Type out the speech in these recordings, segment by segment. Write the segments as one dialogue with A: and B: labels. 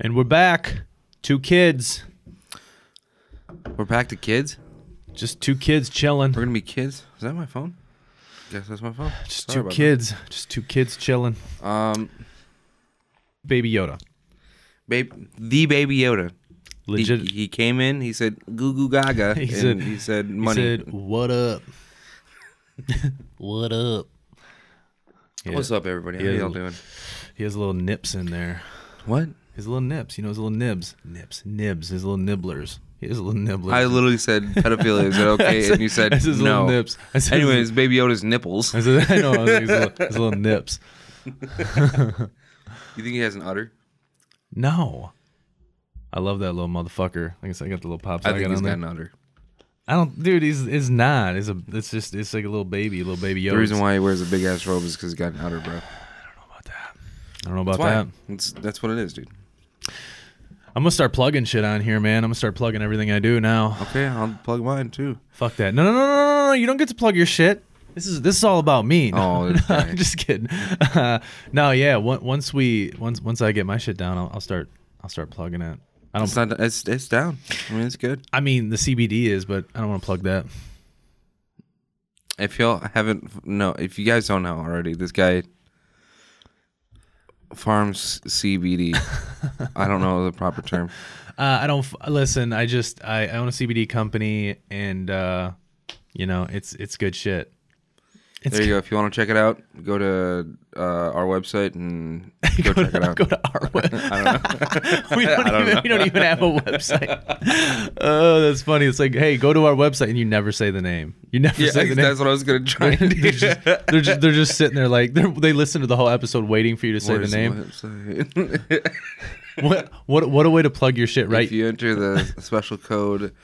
A: And we're back. Two kids.
B: We're back to kids.
A: Just two kids chilling.
B: We're gonna be kids. Is that my phone? Yes, that's my phone.
A: Just
B: Sorry
A: two
B: about
A: kids. Just two kids chilling.
B: that. Um,
A: Baby Yoda.
B: babe, the baby Yoda. He,
A: Legit.
B: he came in. He said "Goo Goo Gaga,"
A: He
B: and
A: said-
B: he said
A: he
B: money.
A: said, What up? what up? Yeah.
B: What's up, everybody? How
A: Yeah.
B: y'all doing?
A: He has little nips in there.
B: What?
A: His little nips. You know, his little nibs. Nips. Nibs. His little nibblers. He has little nibblers.
B: I literally said pedophilia. Is that okay? and you said
A: That's his
B: no.
A: little nips. I said-
B: Anyways, baby Yoda's nipples.
A: I, said, I know. I was like, his, little, his little nips.
B: You think he has an udder?
A: No. I love that little motherfucker. Like I said, I got the little pops.
B: I
A: got
B: think he's
A: on there.
B: got an udder.
A: I don't, dude. He's it's not. It's a. It's just. It's like a little baby, a little baby Yoda.
B: The reason why he wears a big ass robe is because he's got an udder, bro.
A: I don't know about
B: That's why.
A: that.
B: That's, that's what it is, dude.
A: I'm gonna start plugging shit on here, man. I'm gonna start plugging everything I do now.
B: Okay, I'll plug mine too.
A: Fuck that. No, no, no, no, no, no. You don't get to plug your shit. This is this is all about me. No,
B: Oh,
A: no,
B: okay.
A: I'm just kidding. Uh, no, yeah. on- Once we once once I get my shit down, I'll, I'll start I'll start plugging it. I don't.
B: It's not. It's it's down. I mean, it's good.
A: I mean, the CBD is, but I don't want to plug that.
B: If y'all haven't no, if you guys don't know already, this guy farms CBD. I don't know the proper term.
A: Uh, I don't f- listen. I just I, I own a CBD company, and uh, you know it's it's good shit. It's
B: There you go. If you want to check it out, go to uh, our website and go, check it out.
A: Go to our website.
B: I don't know.
A: We don't, even, we don't even have a website. oh, that's funny. It's like, hey, go to our website, and you never say the name. You never
B: Yeah,
A: say the name.
B: that's what I was gonna try and
A: they're,
B: do.
A: just, they're just they're just sitting there like they're, they listen to the whole episode waiting for you to say
B: Where's
A: the name.
B: website?
A: What what what a way to plug your shit, right?
B: if you enter the special code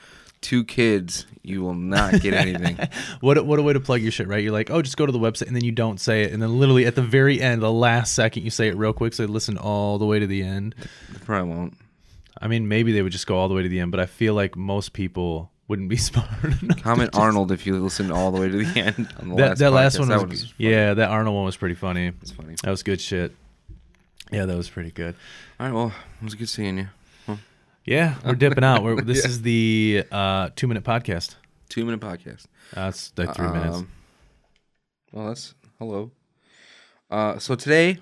B: two kids, you will not get anything.
A: What a, what a way to plug your shit, right? You're like, oh, just go to the website, and then you don't say it, and then literally at the very end, the last second, you say it real quick, so they listen all the way to the end.
B: Probably won't.
A: I mean, maybe they would just go all the way to the end, but I feel like most people wouldn't be smart enough.
B: Comment Arnold if you listened all the way to the end. On the
A: That, that last
B: podcast.
A: one was,
B: that was
A: yeah, that Arnold one was pretty funny.
B: It's funny.
A: That was good shit. Yeah, that was pretty good.
B: All right. Well, it was good seeing you.
A: Yeah, we're dipping out. We're, this is the uh, two minute podcast.
B: Two minute podcast.
A: That's like three minutes.
B: Um, Well, that's hello. Uh, so today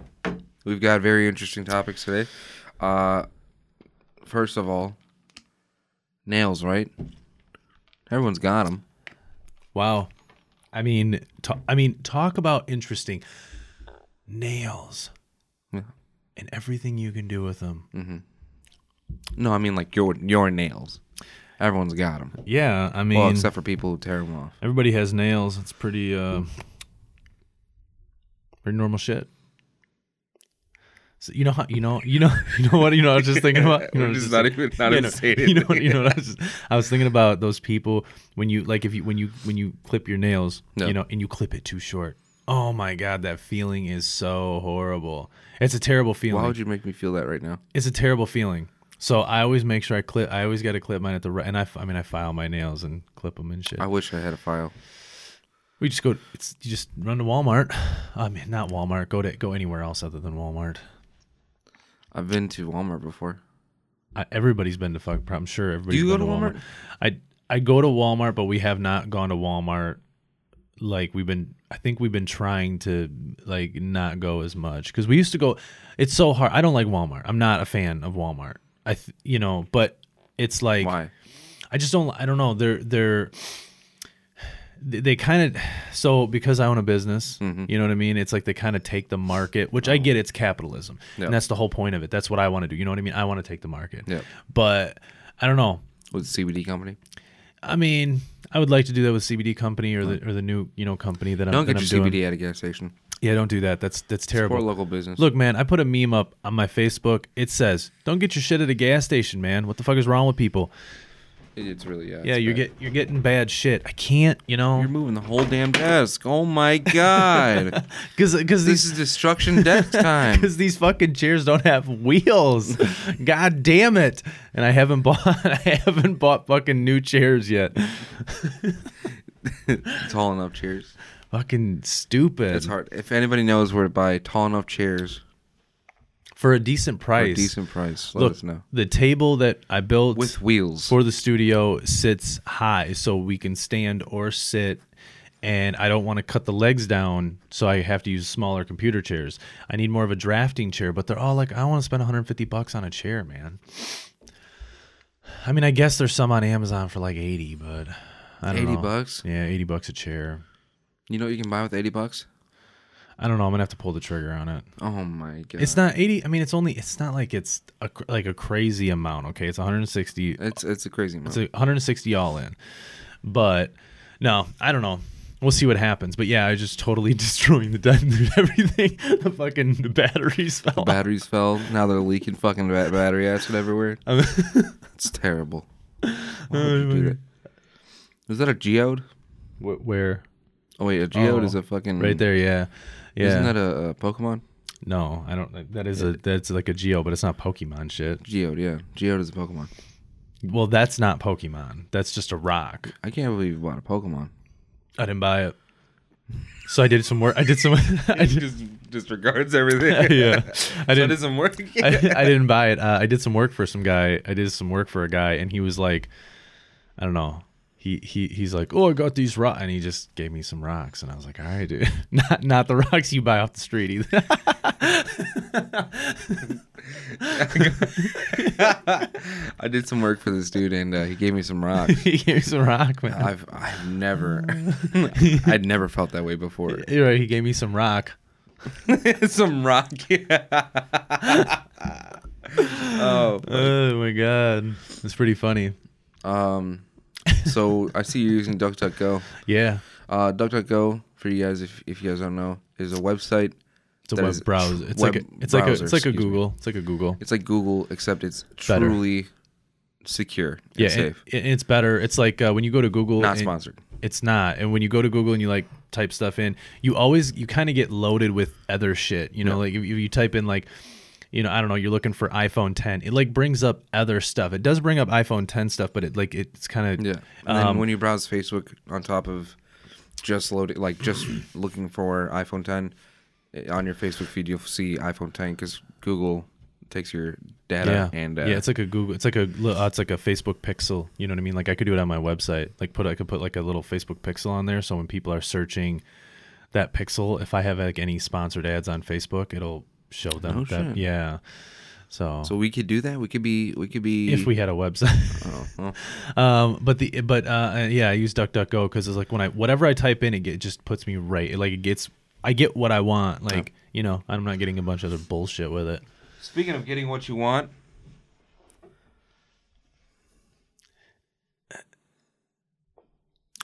B: we've got very interesting topics today. Uh, first of all, nails, right? Everyone's got them.
A: Wow. I mean, ta- I mean, talk about interesting nails
B: Yeah.
A: and everything you can do with them.
B: No, I mean like your your nails. Everyone's got them.
A: Yeah, I mean,
B: Well, except for people who tear them off.
A: everybody has nails. It's pretty, uh, pretty normal shit. So you know how you know you know you know what you know. I was just thinking about. You know,
B: We're
A: I was just
B: just not
A: thinking-
B: even- not
A: you
B: even
A: know,
B: saying
A: You know, what- you know. What I, was just, I was thinking about those people when you like if you when you when you clip your nails,
B: No.
A: you know, and you clip it too short. Oh my god, that feeling is so horrible. It's a terrible feeling.
B: Why would you make me feel that right now?
A: It's a terrible feeling. So I always make sure I clip. I always got to clip mine at the right. And I, f- I mean, I file my nails and clip them and shit.
B: I wish I had a file.
A: We just go. It's you just run to Walmart. I mean, not Walmart. Go to go anywhere else other than Walmart.
B: I've been to Walmart before.
A: I, everybody's been to fuck. I'm sure everybody's
B: you go
A: been
B: to Walmart?
A: I I go to Walmart, but we have not gone to Walmart. Like we've been, I think we've been trying to like not go as much because we used to go. It's so hard. I don't like Walmart. I'm not a fan of Walmart. I th- you know, but it's like
B: Why?
A: I just don't. I don't know. They're they're they, they kind of so because I own a business.
B: Mm-hmm.
A: You know what I mean? It's like they kind of take the market, which I get. It's capitalism,
B: Yeah.
A: and that's the whole point of it. That's what I want to do. You know what I mean? I want to take the market.
B: Yeah.
A: But I don't know.
B: With CBD company.
A: I mean, I would like to do that with CBD company or the or the new you know company that I'm,
B: Don't
A: that
B: get
A: I'm
B: your
A: doing.
B: CBD at a gas station.
A: Yeah, don't do that. That's that's
B: Or
A: terrible.
B: local business.
A: Look, man, I put a meme up on my Facebook. It says, "Don't get your shit at a gas station, man. What the fuck is wrong with people?
B: It- It's really yeah.
A: Yeah,
B: it's
A: you're
B: bad.
A: get you're getting bad shit. I can't, you know."
B: You're moving the whole damn desk. Oh my god.
A: Because because
B: this
A: these
B: is destruction desk time.
A: because these fucking chairs don't have wheels. God damn it! And I haven't bought I haven't bought fucking new chairs yet.
B: tall enough chairs.
A: Fucking stupid.
B: It's hard. If anybody knows where to buy tall enough chairs
A: for a decent
B: For
A: price.
B: a decent price. Let
A: Look,
B: us know.
A: the table that I built
B: With wheels.
A: for the studio sits high, so we can stand or sit. And I don't want to cut the legs down, so I have to use smaller computer chairs. I need more of a drafting chair, but they're all like, I want to spend 150 bucks on a chair, man. I mean, I guess there's some on Amazon for like 80, but I don't
B: 80
A: know.
B: bucks?
A: Yeah, 80 bucks a chair.
B: You know what you can buy with 80 bucks?
A: I don't know. I'm gonna have to pull the trigger on it.
B: Oh my god.
A: It's not 80. I mean, it's only. It's not like it's a, cr- like a crazy amount. Okay, it's 160.
B: it's it's a crazy amount.
A: It's a 160 all in. But no, I don't know. We'll see what happens. But yeah, I just totally destroying the di- everything. The fucking the batteries fell. out.
B: Batteries fell. Now they're leaking fucking ba- battery acid everywhere.
A: Um,
B: It's terrible. Why would you do that? Is that a geode?
A: Wh- Where?
B: Oh wait, a geode
A: Oh,
B: is a fucking
A: Right there. Yeah. Yeah.
B: Mm. Isn't that a, a Pokemon?
A: no, I don't. That is a that's like a geo, but it's not Pokemon shit.
B: Geode, yeah. Geode is a Pokemon.
A: Well, that's not Pokemon. That's just a rock.
B: I can't believe you bought a Pokemon.
A: I didn't buy it. So I did some work. I did some. I did,
B: just disregards everything.
A: yeah. I
B: so it
A: didn't.
B: doesn't work.
A: I, I didn't buy it. Uh, I did some work for some guy. I did some work for a guy, and he was like, I don't know. He he he's like, oh, I got these rocks, and he just gave me some rocks, and I was like, all right, dude, not not the rocks you buy off the street either.
B: I did some work for this dude, and uh, he gave me some rocks.
A: he gave me some rock, man.
B: I've I've never I'd never felt that way before.
A: You're right. He gave me some rock.
B: Some rock. oh,
A: Oh my god, that's pretty funny.
B: um, so I see you're using DuckDuckGo.
A: Yeah,
B: Uh, DuckDuckGo for you guys, if, if you guys don't know, is a website.
A: it's a
B: That is
A: web
B: a
A: browser.
B: tr-
A: It's like
B: web
A: a, it's like a
B: browser,
A: it's like a
B: excuse me.
A: Google. It's like a Google.
B: It's like Google, except it's
A: Better.
B: truly secure and
A: yeah, and-
B: safe.
A: and it's better. It's like uh, when you go to Google,
B: Not
A: and-
B: sponsored.
A: It's not. And when you go to Google and you like type stuff in, you always you kind of get loaded with other shit. You know, like if you, you type in like, you know, I don't know, you're looking for iPhone 10. It like brings up other stuff. It does bring up iPhone 10 stuff, but it like it's kind of
B: Yeah. And
A: Um,
B: then when you browse Facebook on top of just loading, like just looking for iPhone 10 eh, on your Facebook feed, you'll see iPhone 10 because Google takes your data
A: yeah,
B: and uh,
A: yeah. It's like a Google. It's like a li- uh, it's like a Facebook Pixel. You know what I mean? Like I could do it on my website. Like put I could put like a little Facebook Pixel on there. So when people are searching that Pixel, if I have like any sponsored ads on Facebook, it'll show them.
B: No
A: that,
B: shit.
A: Yeah. So,
B: so we could do that. We could be. We could be.
A: if we had a website,
B: Oh, well,
A: um, but the but uh, yeah, I use DuckDuckGo because it's like when I whatever I type in, it, get, it just puts me right. It, like it gets, I get what I want. Like you know, I'm not getting a bunch of other bullshit with it.
B: Speaking of getting what you want,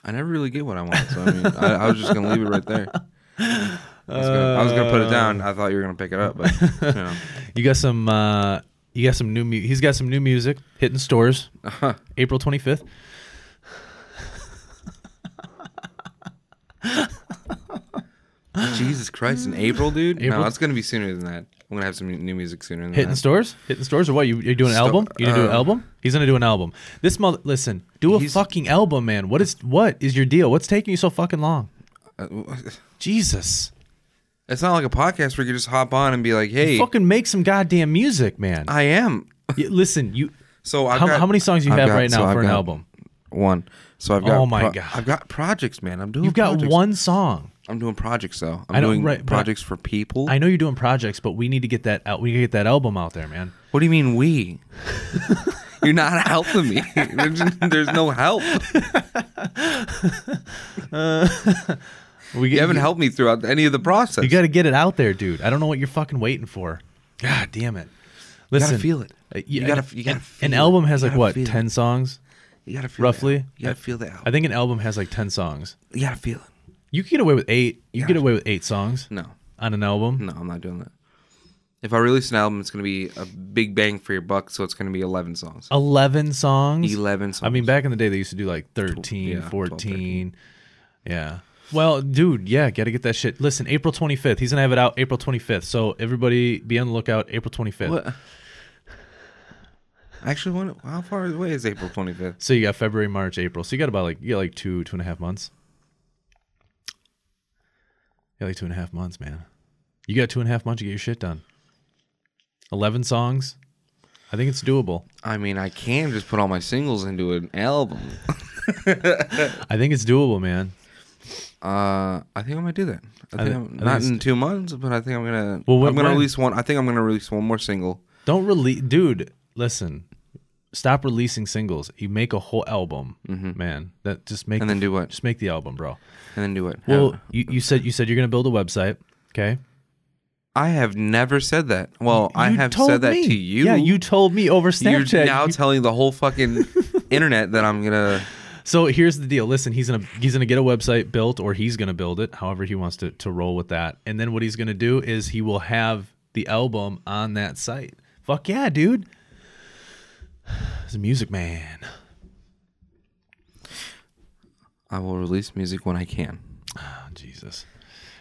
B: I never really get what I want. So I mean, I, I was just gonna leave it right there. I was, gonna, I was gonna put it down. I thought you were gonna pick it up, but you know.
A: You got some. Uh, you got some new. Mu- he's got some new music hitting stores. April twenty fifth.
B: Jesus Christ, in April, dude?
A: April?
B: No, it's gonna be sooner than that. I'm gonna have some new music sooner than
A: Hitting
B: that.
A: stores. Hitting stores or what? You you doing an
B: Sto-
A: album? You gonna do an
B: uh,
A: album? He's gonna do an album. This month. Listen, do a
B: He's-
A: fucking album, man. What is what is your deal? What's taking you so fucking long?
B: Uh,
A: Jesus.
B: It's not like a podcast where you just hop on and be like, "Hey, Uh.
A: Fucking make some goddamn music, man.
B: I am."
A: Yeah, listen, you.
B: So I've
A: how,
B: got,
A: how many songs you
B: I've
A: have
B: got-
A: right now
B: so I've
A: for an
B: got
A: album?
B: One. So I've got.
A: Oh my
B: pro-
A: God.
B: I've got projects, man. I'm doing.
A: You've got
B: projects.
A: one song.
B: I'm doing projects though. I'm
A: I know,
B: doing
A: right, but-
B: projects for people.
A: I know you're doing projects, but we need to get that out. We need to get that album out there, man.
B: what do you mean we? You're not helping me. there's, there's no help.
A: We
B: You
A: get-
B: haven't helped me throughout any of the process.
A: You got to get it out there, dude. I don't know what you're fucking waiting for. God damn it. Listen,
B: feel it.
A: uh,
B: You
A: yeah,
B: gotta- you gotta
A: an,
B: feel
A: an
B: it.
A: album has
B: You
A: like
B: gotta
A: what
B: feel it.
A: ten songs.
B: You gotta feel the
A: Roughly?
B: help. You gotta feel the help.
A: I think an album has like ten songs.
B: you gotta feel it.
A: You can get away with eight. You can get
B: Yeah.
A: away with eight songs
B: No.
A: on an album.
B: No, I'm not doing that. If I release an album, it's going to be a big bang for your buck, so it's going to be 11 songs.
A: Eleven songs.
B: 11 songs.
A: I mean, back in the day, they used to do like 13,
B: yeah, 12,
A: 14. Yeah. Well, dude, yeah, got to get that shit. Listen, April 25th. He's going to have it out April 25th. So everybody be on the lookout April 25th.
B: What? Actually, when, how far away is April 25th?
A: So you got February, March, April. So you got about like, you got like two, two and a half months. You got like two and a half months, man. You got two and a half months to get your shit done. 11 songs. I think it's doable.
B: I mean, I can just put all my singles into an album.
A: I think it's doable, man.
B: Uh, I think I'm gonna do that. I,
A: thi-
B: think I'm,
A: I think
B: not
A: it's-
B: in two months, but I think I'm gonna.
A: Well, when-
B: I'm gonna
A: when?
B: release one. I think I'm gonna release one more single.
A: Don't release, dude. Listen, stop releasing singles. You make a whole album, man. That just make
B: Mm-hmm. And then do what?
A: Just make the album, bro.
B: and then do it.
A: Well,
B: Have-
A: you, you said you said you're gonna build a website. Okay,
B: I have never said that. Well, I
A: You
B: have
A: told
B: said that
A: me.
B: to you.
A: Yeah, you told me over
B: You're
A: Snapchat.
B: now telling the whole fucking internet that I'm gonna.
A: So here's the deal. Listen, he's gonna he's gonna get a website built, or he's gonna build it, however he wants to to roll with that. And then what he's gonna do is he will have the album on that site. Fuck yeah, dude. He's a music man.
B: I will release music when I can.
A: Oh, Jesus.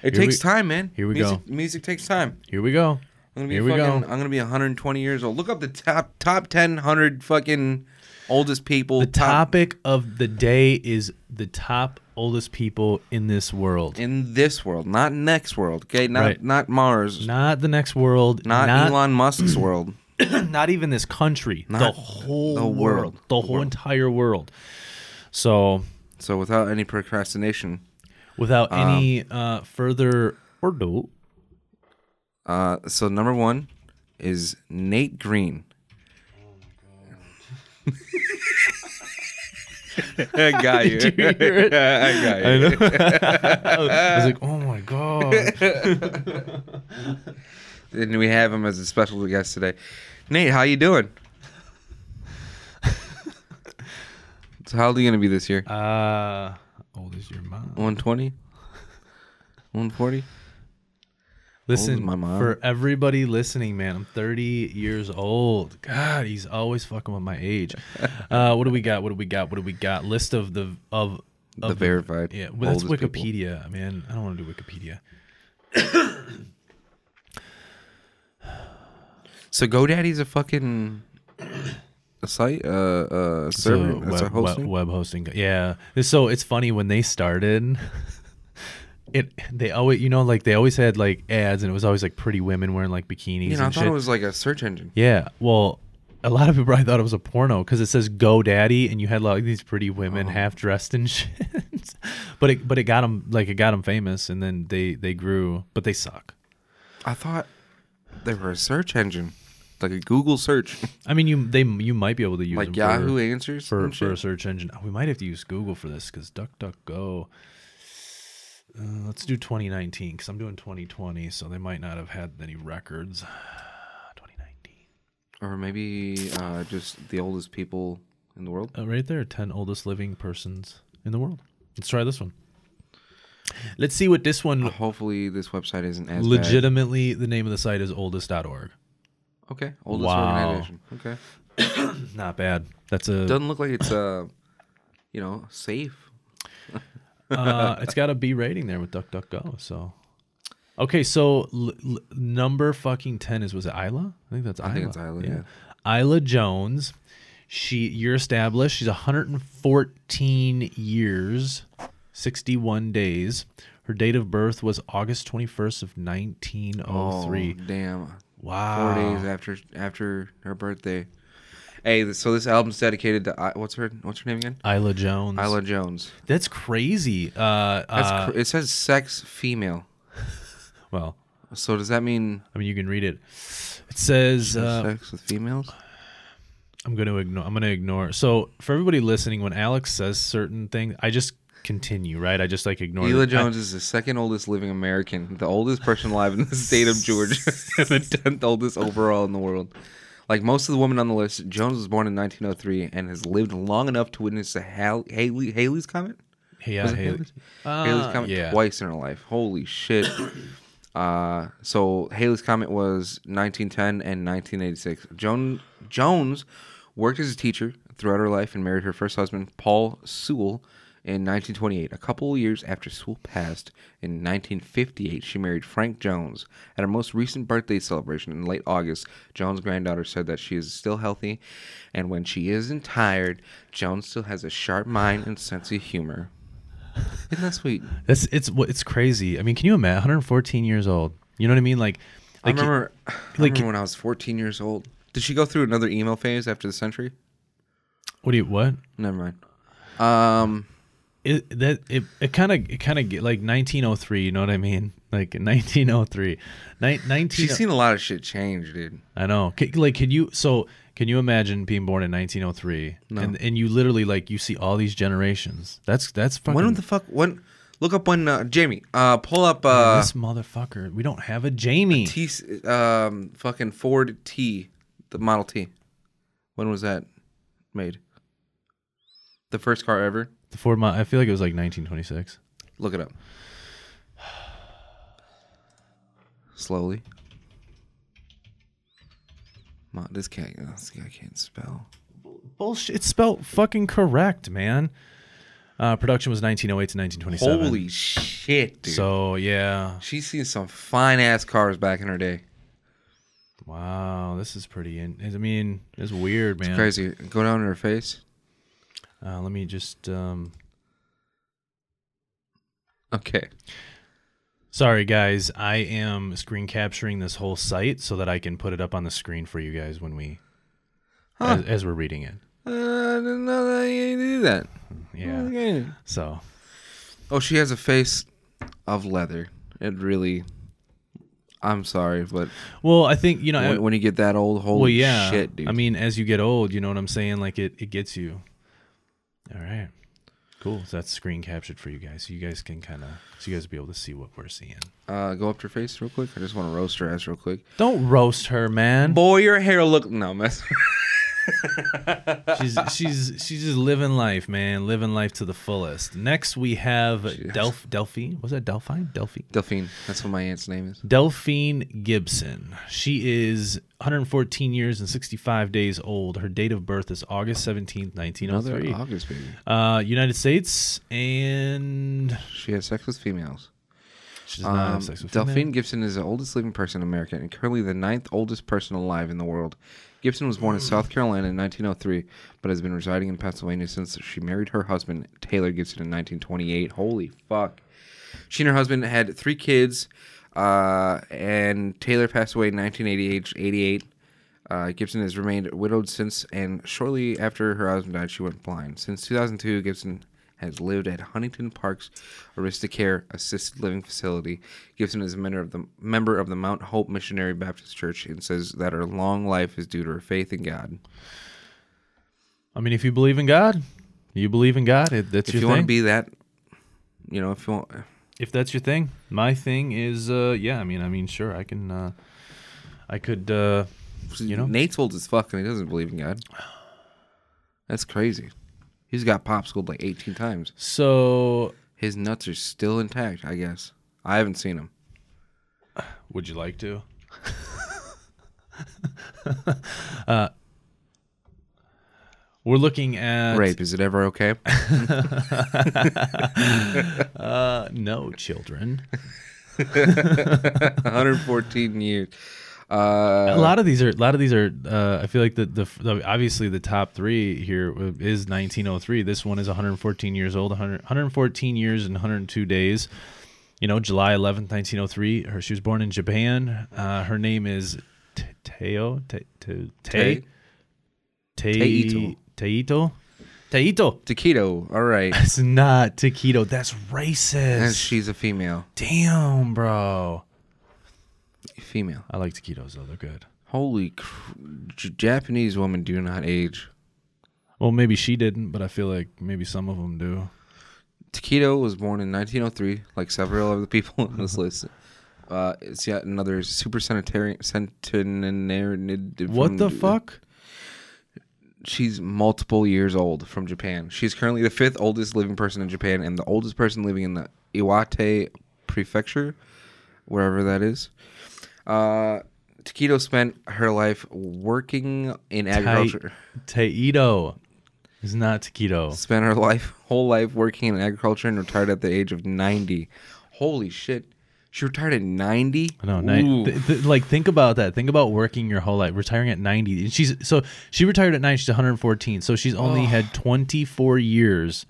B: It
A: Here
B: takes
A: we-
B: time, man.
A: here we
B: music, Music takes time.
A: Here we go.
B: I'm gonna be
A: Here we
B: fucking.
A: go.
B: I'm gonna be 120 years old. Look up the top top 10 hundred fucking oldest people.
A: The topic of the day is the top oldest people in this world.
B: in this world, not next world. Okay, not
A: Right.
B: not Mars,
A: Not the next world.
B: not,
A: Not not,
B: Elon Musk's world.
A: not even this country. The
B: Not
A: whole
B: the world.
A: world. The whole entire world. So
B: So without any procrastination,
A: without any uh, further ado,
B: Uh, so number one is Nate Green. I got you.
A: you hear it?
B: I got you.
A: I was like, "Oh my god!"
B: And we have him as a special guest today. Nate, how you doing? so how old are you gonna be this year?
A: Uh, old is your mom.
B: 120? 140?
A: Listen,
B: my mom.
A: for everybody listening, man, I'm 30 years old. God, he's always fucking with my age. Uh, what do we got? What do we got? What do we got? List of the of,
B: The
A: of
B: verified.
A: Yeah, well, that's
B: oldest people.
A: Wikipedia, man. I don't want to do Wikipedia.
B: So GoDaddy's a fucking a site, uh, uh,
A: It's a
B: server. That's a
A: web, web,
B: hosting.
A: web hosting. Yeah. So it's funny when they started. It they always you know like they always had like ads and it was always like pretty women wearing like bikinis
B: you know, I
A: and
B: thought
A: shit.
B: it was like a search engine.
A: yeah, well, a lot of people probably thought it was a porno because it says GoDaddy and you had like these pretty
B: Oh.
A: women half dressed and shit. but it but it got them like it got them famous and then they they grew but they suck.
B: I thought they were a search engine, like a Google search,
A: I mean you they you might be able to use
B: like
A: them
B: Yahoo
A: for,
B: Answers.
A: for,
B: and shit.
A: for a search engine. Oh, we might have to use Google for this because DuckDuckGo. Uh, let's do 2019 because I'm doing 2020, so they might not have had any records. 2019.
B: or maybe uh, just the oldest people in the world.
A: Uh, right there, 10 oldest living persons in the world. Let's try this one. Let's see what this one
B: Hopefully, this website isn't as bad.
A: legitimately. The name of the site is oldest.org.
B: Okay, oldest
A: Wow.
B: organization. Okay,
A: Not bad. That's a.
B: doesn't look like it's uh, you know, safe.
A: uh, it's got a B rating there with DuckDuckGo. So, okay, so l- l- number fucking ten is was it Isla? I think that's Isla.
B: think it's Isla,
A: Isla Jones. She, you're established. She's 114 years, 61 days. Her date of birth was August 21st of 1903.
B: Oh, damn! Oh, Four
A: wow.
B: days after after her birthday. Hey, th- so this album's dedicated to I, what's her what's her name again?
A: Isla Jones.
B: Isla Jones.
A: That's crazy. Uh,
B: That's
A: uh,
B: cr- it says sex female.
A: well,
B: So does that mean
A: I mean, you can read it. It says uh,
B: sex with females?
A: I'm going to ignore. I'm going to ignore. So for everybody listening, when Alex says certain things, I just continue, right? I just like ignore.
B: Ela
A: it.
B: Jones is the second oldest living American, the oldest person alive in the state of Georgia, and the tenth oldest overall in the world. Like most of the women on the list, Jones was born in 1903 and has lived long enough to witness the Hal- Haley Haley's comet.
A: I, yeah,
B: Was it
A: Haley.
B: Haley's? Haley's
A: Uh,
B: comet
A: yeah.
B: twice in her life. Holy shit! uh, so Haley's comet was 1910 and 1986. Joan Jones worked as a teacher throughout her life and married her first husband, Paul Sewell. In 1928, a couple of years after Sewell passed, in 1958, she married Frank Jones. At her most recent birthday celebration in late August, Jones' granddaughter said that she is still healthy, and when she isn't tired, Jones still has a sharp mind and sense of humor. Isn't that sweet?
A: That's it's it's crazy. I mean, can you imagine 114 years old? You know what I mean? Like
B: I
A: Like,
B: remember, I
A: like
B: remember
A: you-
B: when I was 14 years old. Did she go through another email phase after the century?
A: what do you what?
B: Never mind. Um,
A: It that it it kind of it kind of like 1903. You know what I mean? Like 1903, Nin- 19.
B: she's seen a lot of shit change, dude.
A: I know. C- Like, can you? So, can you imagine being born in 1903? And and you literally like you see all these generations. That's that's fucking.
B: When the fuck? When? Look up when uh, Jamie. Uh, pull up uh,
A: this motherfucker. We don't have a Jamie.
B: T. Um, fucking Ford T, the Model T. When was that made? The first car ever.
A: the Ford. Mo- I feel like it was like 1926.
B: Look it up. Slowly. Mo- this cat, uh, this guy can't spell.
A: Bullshit. It's spelled fucking correct, man. Uh, production was 1908 to 1927.
B: Holy shit, dude.
A: So yeah.
B: She's seen some fine ass cars back in her day.
A: Wow. This is pretty. In- I mean, it's weird, man.
B: Crazy. Go down to her face.
A: Uh, let me just. Um,
B: Okay.
A: Sorry, guys. I am screen capturing this whole site so that I can put it up on the screen for you guys when we,
B: Huh.
A: as, as we're reading it.
B: Uh, I didn't know that you do that.
A: Yeah.
B: Okay.
A: So
B: Oh, she has a face of leather. It really. I'm sorry, but
A: Well, I think you know.
B: when,
A: I,
B: when you get that old, holy
A: well, yeah.
B: shit, dude.
A: I mean, as you get old, you know what I'm saying. Like it, it gets you. All right, cool. So that's screen captured for you guys, so you guys can kind of, so you guys will be able to see what we're seeing.
B: uh, go up to her face real quick. I just want to roast her ass real quick.
A: Don't roast her, man.
B: Boy, your hair look no mess.
A: She's she's she's just living life, man. Living life to the fullest. Next, we have Delph Delphi. Was that Delphine? Delphi.
B: Delphine, that's what my aunt's name is.
A: Delphine Gibson. She is 114 years and 65 days old. Her date of birth is August oh 17th,
B: Another
A: 1903.
B: August baby.
A: Uh, United States, and
B: She has sex with females.
A: she does not
B: Um,
A: have sex with
B: Delphine
A: female.
B: Gibson is the oldest living person in America and currently the ninth oldest person alive in the world. Gibson was born in South Carolina in 1903, but has been residing in Pennsylvania since she married her husband, Taylor Gibson, in 1928. Holy fuck. She and her husband had three kids, uh, and Taylor passed away in 1988. aged 88. Uh, Gibson has remained widowed since, and shortly after her husband died, she went blind. Since 2002, Gibson has lived at Huntington Park's Aristocare Assisted Living Facility. Gibson is a member of the member of the Mount Hope Missionary Baptist Church, and says that her long life is due to her faith in God.
A: I mean, if you believe in God, you believe in God. It, that's
B: If
A: your
B: you want
A: thing.
B: to be that, you know, if you want,
A: if that's your thing, my thing is, uh, yeah. I mean, I mean, sure, I can, uh, I could, uh, you know,
B: Nate's old as fuck, and he doesn't believe in God. That's crazy. He's got popsicled like 18 times.
A: so
B: His nuts are still intact, I guess. I haven't seen him.
A: Would you like to? uh, Uh, we're looking at
B: Rape, is it ever okay?
A: uh, no children.
B: 114 years. Uh,
A: a lot of these are. A lot of these are. Uh, I feel like the, the the obviously the top three here is 1903. This one is 114 years old. 100, 114 years and 102 days. You know, July 11th, 1903. Her she was born in Japan. Uh, her name is T- Teo Te Te Te
B: Te-
A: Te
B: Teito.
A: Teito Teito.
B: taquito. All right.
A: It's not taquito. That's racist.
B: And she's a female.
A: Damn, bro.
B: Female.
A: I like taquitos though. They're good.
B: Holy cr- J- Japanese women do not age.
A: Well, maybe she didn't, but I feel like maybe some of them do.
B: Taquito was born in 1903, like several other people on this list. Uh, it's yet another super sanitarian centenarian.
A: What the fuck?
B: She's multiple years old from Japan. She's currently the fifth oldest living person in Japan and the oldest person living in the Iwate prefecture, wherever that is. Uh, Takedo spent her life working in agriculture.
A: Taito is not taquito.
B: Spent her life, whole life working in agriculture and retired at the age of 90. Holy shit. She retired at 90?
A: No, ni-
B: Ooh.
A: th- th- like think about that. Think about working your whole life, retiring at 90. And she's so she retired at 9. She's 114. So she's only had 24 years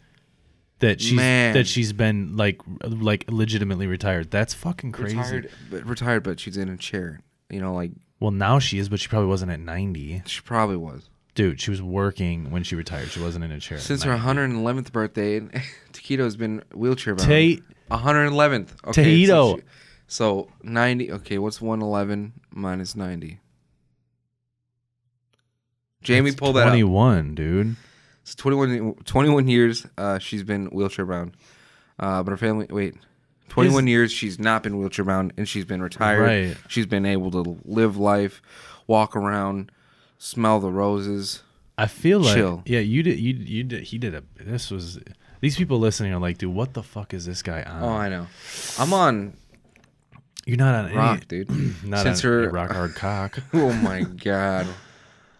A: that she's
B: Man.
A: that she's been like like legitimately retired. That's fucking crazy.
B: Retired, but retired, but she's in a chair You know, like
A: Well, now she is, but she probably wasn't at 90.
B: she probably was.
A: Dude, she was working when she retired. She wasn't in a chair. at
B: Since her
A: 90.
B: 111th birthday, Taquito has been wheelchair bound.
A: Tate,
B: 111th. Okay, So,
A: Taquito.
B: she- so 90. Okay, what's 111 minus 90? Jamie,
A: that's
B: pull that up.
A: 21, dude.
B: It's 21, 21 years uh, she's been wheelchair bound. Uh, but her family, wait, 21 years she's not been wheelchair bound and she's been retired.
A: Right.
B: She's been able to live life, walk around, smell the roses.
A: I feel like
B: Chill.
A: yeah, you did you you did he did a this was these people listening are like, dude, what the fuck is this guy on?
B: Oh, I know. I'm on
A: You're not on any-
B: rock, dude.
A: not
B: Since
A: on
B: her-
A: a rock hard cock.
B: oh my God.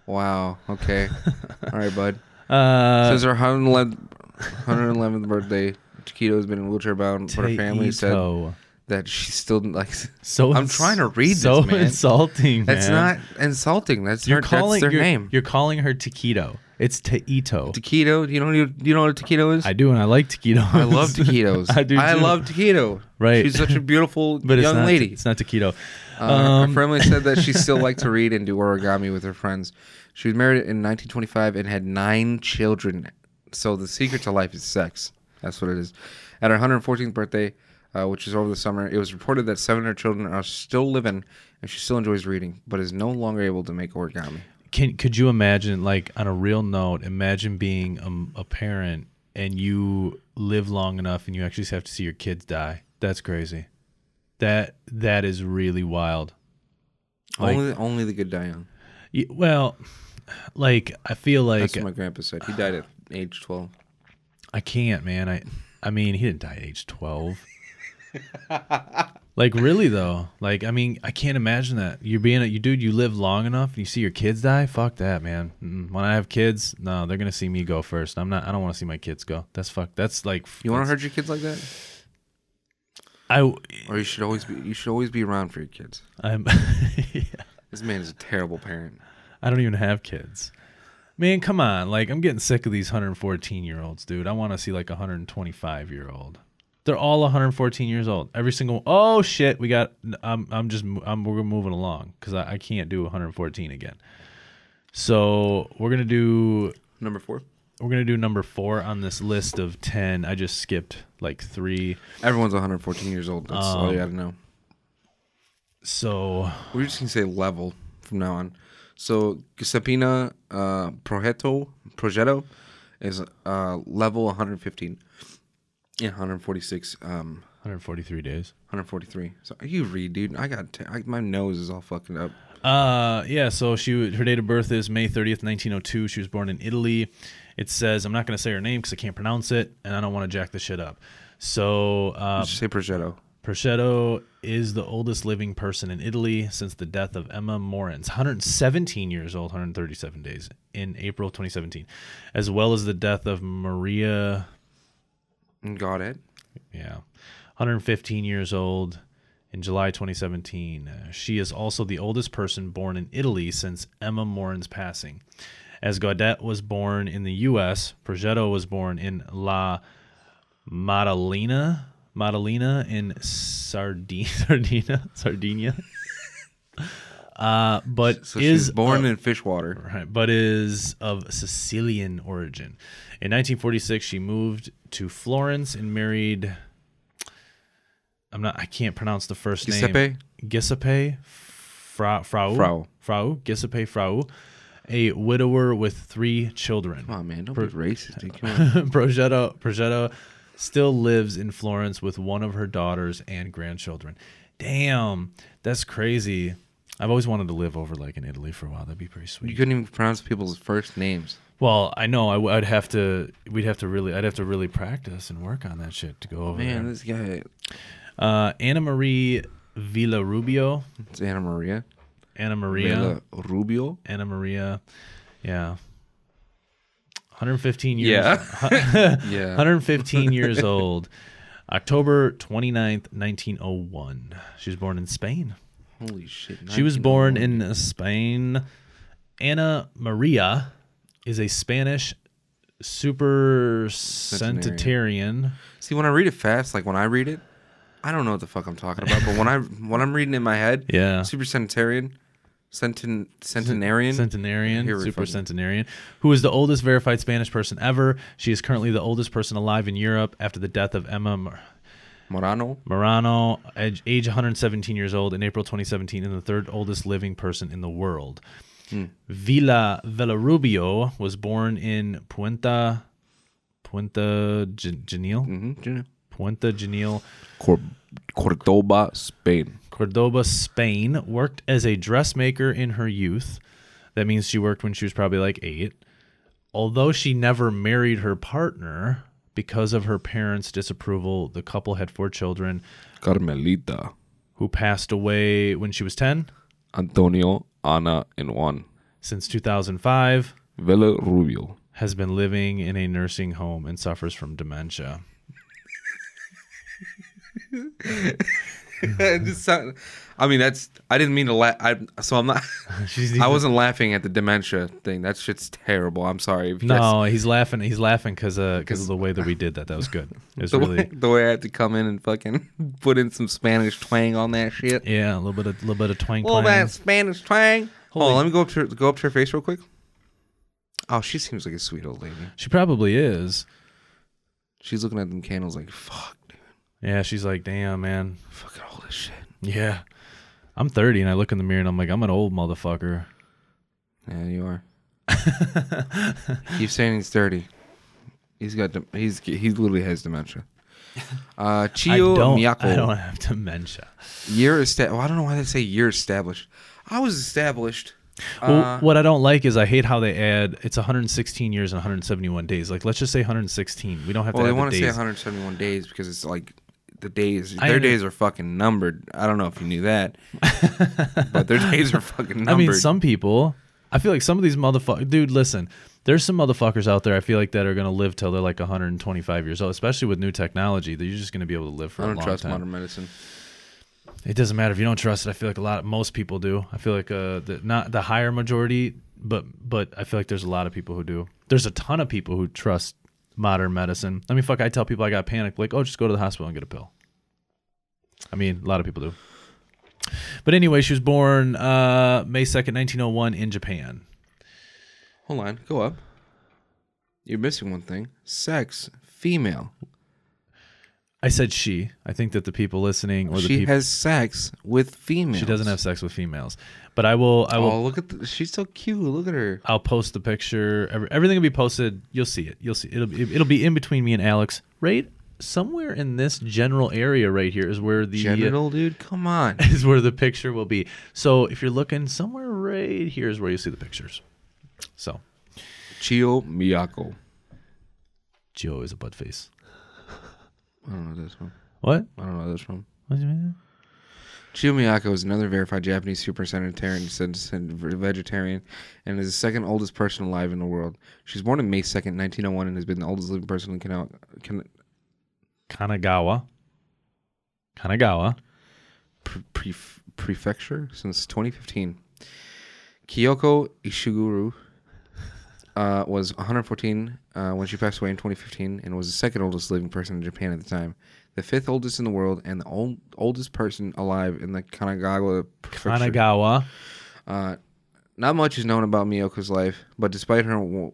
B: Wow. Okay. All right, bud.
A: Uh,
B: Since her 111th, 111th birthday, Chiquito's been wheelchair bound, but her family said
A: Taito.
B: that she's still like.
A: E So
B: I'm
A: ins-
B: trying to read
A: so
B: this, man.
A: insulting.
B: That's
A: man.
B: not insulting. That's
A: You're
B: her,
A: calling
B: that's their
A: you're,
B: name.
A: You're calling her Taquito. It's Taito.
B: Taquito. You know you, you know what a taquito is?
A: I do, and I like Taquito.
B: I love taquitos.
A: I do.
B: I
A: too.
B: love taquito.
A: Right.
B: She's such a beautiful
A: but it's
B: young
A: not,
B: lady.
A: It's not Taquito.
B: Uh, her
A: um,
B: family said that she still liked to read and do origami with her friends. She was married in 1925 and had nine children. So the secret to life is sex. That's what it is. At her 114th birthday, uh, which is over the summer, it was reported that seven of her children are still living, and she still enjoys reading, but is no longer able to make origami.
A: can could you imagine like on a real note imagine being a, a parent and you live long enough and you actually have to see your kids die that's crazy that that is really wild Like-
B: only, only the good die young.
A: Y- well like i feel
B: That's
A: like
B: what my grandpa said. He died at age 12.
A: i can't man i i mean he didn't die at age 12 like really though like i mean i can't imagine that you're being a you dude you live long enough and you see your kids die fuck that man Mm-mm. when i have kids no they're gonna see me go first i'm not i don't want to see my kids go that's fuck that's like
B: You want to hurt your kids like that?
A: I
B: Or you should always be you should always be around for your kids.
A: I'm
B: This man is a terrible parent.
A: I don't even have kids. Man, come on. Like I'm getting sick of these 114 year olds, dude. I want to see like a 125 year old. They're all 114 years old. Every single Oh shit, we got I'm I'm just I'm we're moving along cuz I, I can't do 114 again. So, we're going to do
B: Number four.
A: we're going to do number 4 on this list of 10. I just skipped like 3.
B: Everyone's 114 years old. That's all you
A: Um,
B: gotta know.
A: So,
B: We're just gonna say level from now on. So Giuseppina uh, Progetto Progetto is uh, level 115 and 146, um,
A: 143 days.
B: 143. So you read, dude. I got te- I, my nose is all fucking up.
A: Uh, yeah. So she w- her date of birth is May thirtieth, nineteen o two. She was born in Italy. It says I'm not gonna say her name because I can't pronounce it, and I don't want to jack the shit up. So uh,
B: Just say Progetto.
A: Prosciutto is the oldest living person in Italy since the death of Emma Morans, 117 years old, 137 days in April 2017, as well as the death of Maria
B: Mm, Got it.
A: yeah. 115 years old in July 2017. Uh, she is also the oldest person born in Italy since Emma Morin's passing. As Gaudet was born in the U.S., Progetto was born in La Maddalena, Maddalena in Sardi- Sardinia, Sardinia. Uh, but
B: So
A: is
B: she's born in fish water.
A: Right, but is of Sicilian origin. In 1946, she moved to Florence and married. I'm not. I can't pronounce the first name.
B: Giuseppe?
A: Giuseppe. Fra, frau.
B: Frau.
A: Frau. Giuseppe Frau, a widower with three children.
B: Come on, man. Don't be racist. dude. Come on.
A: Progetto, Progetto still lives in Florence with one of her daughters and grandchildren. Damn, that's crazy. I've always wanted to live over like in Italy for a while. That'd be pretty sweet.
B: You couldn't even pronounce people's first names.
A: Well, I know I would have to. We'd have to really. I'd have to really practice and work on that shit to go over
B: Man, this guy.
A: there. Uh, Anna Marie Villarubio,
B: It's Anna Maria.
A: Anna Maria,
B: Bella Rubio.
A: Anna Maria, yeah. 115 years.
B: Yeah. yeah.
A: 115 years old. October 29th, 1901. She was born in Spain.
B: Holy shit.
A: She was born in Spain. Anna Maria is a Spanish super centenarian.
B: See, when I read it fast, like when I read it, I don't know what the fuck I'm talking about, but when I when I'm reading in my head,
A: Yeah.
B: super centenarian, Senten, centenarian.
A: Centenarian,
B: Mm-hmm. Here we
A: super
B: fucking-
A: centenarian, who is the oldest verified Spanish person ever. She is currently the oldest person alive in Europe after the death of Emma Mor-
B: Morano.
A: Morano, age, age 117 years old in April 2017, and the third oldest living person in the world.
B: Hmm.
A: Vila Villarubio was born in Puenta, Puenta Gen- Genil,
B: Mm-hmm.
A: Puenta Genil,
B: Cor- Cordoba, Spain.
A: Cordoba, Spain. Worked as a dressmaker in her youth. That means she worked when she was probably like eight. Although she never married her partner because of her parents' disapproval, the couple had four children
B: Carmelita,
A: who passed away when she was 10.
B: Antonio, Ana, and Juan.
A: Since 2005,
B: Villa Rubio.
A: has been living in a nursing home and suffers from dementia.
B: I mean, that's. I didn't mean to laugh. I, so I'm not.
A: She's,
B: I wasn't laughing at the dementia thing. That shit's terrible. I'm sorry. if you guys-
A: no, he's laughing. He's laughing because of the way that we did that. That was good. It was
B: The, way,
A: really
B: the way I had to come in and fucking put in some Spanish twang on that shit.
A: yeah, a little bit of little bit of twang.
B: little bit
A: twang.
B: of Spanish twang. Hold
A: Holy-
B: on, let me go up to her, go up to her face real quick. Oh, she seems like a sweet old lady.
A: She probably is.
B: She's looking at them candles like, fuck, dude,
A: Yeah, she's like, damn, man.
B: fucking all this shit.
A: Yeah, I'm 30 and I look in the mirror and I'm like, I'm an old motherfucker.
B: Yeah, you are. Keep saying he's dirty. He's got dem- he's he literally has dementia.
A: I
B: Uh, Chio
A: don't. I
B: Miyako
A: don't have dementia.
B: year established. Well, I don't know why they say year established. I was established. Uh,
A: well, what I don't like is I hate how they add it's 116 years and 171 days. Like, let's just say 116. We don't have to.
B: Well, they
A: add the
B: want to say
A: days.
B: 171 days because it's like the days.
A: I
B: their
A: under-
B: days are fucking numbered. I don't know if you knew that, but their days are fucking numbered.
A: I mean, some people. I feel like some of these motherfuckers. Dude, listen. There's some motherfuckers out there. I feel like that are gonna live till they're like 125 years old, especially with new technology. That you're just gonna be able to live for
B: I
A: a
B: don't
A: long
B: trust
A: time.
B: modern medicine.
A: It doesn't matter if you don't trust it. I feel like a lot. Most people do. I feel like uh, the, not the higher majority, but but I feel like there's a lot of people who do. There's a ton of people who trust modern medicine. I mean, fuck. I tell people I got panic. Like, oh, just go to the hospital and get a pill. I mean, a lot of people do. But anyway, she was born uh, May second, nineteen oh one, in Japan.
B: Hold on, go up. You're missing one thing: sex, female.
A: I said she. I think that the people listening or the
B: She
A: people
B: has sex with female.
A: she doesn't have sex with females. But I will I will
B: Oh, look at the, she's so cute. Look at her.
A: I'll post the picture. Every, everything will be posted. You'll see it. You'll see it. it'll be, it'll be in between me and Alex. Right somewhere in this general area right here is where the
B: Genital, dude. Come on.
A: is where the picture will be. So if you're looking somewhere right here is where you see the pictures. So
B: Chio Miyako.
A: Gio is a butt face.
B: I don't know this one.
A: What?
B: I don't know this one.
A: What do you mean?
B: Chio Miyako is another verified Japanese super sanitarian sen- sen- vegetarian and is the second oldest person alive in the world. She's born on May 2nd, 1901, and has been the oldest living person in Kana- Kana-
A: Kanagawa. Kanagawa.
B: pre- pref- Prefecture since 2015. Kyoko Ishiguro uh, was 114 uh, when she passed away in 2015 and was the second oldest living person in Japan at the time, the fifth oldest in the world, and the old- oldest person alive in the Kanagawa Prefecture.
A: Kanagawa.
B: Uh, not much is known about Miyoko's life, but despite her w-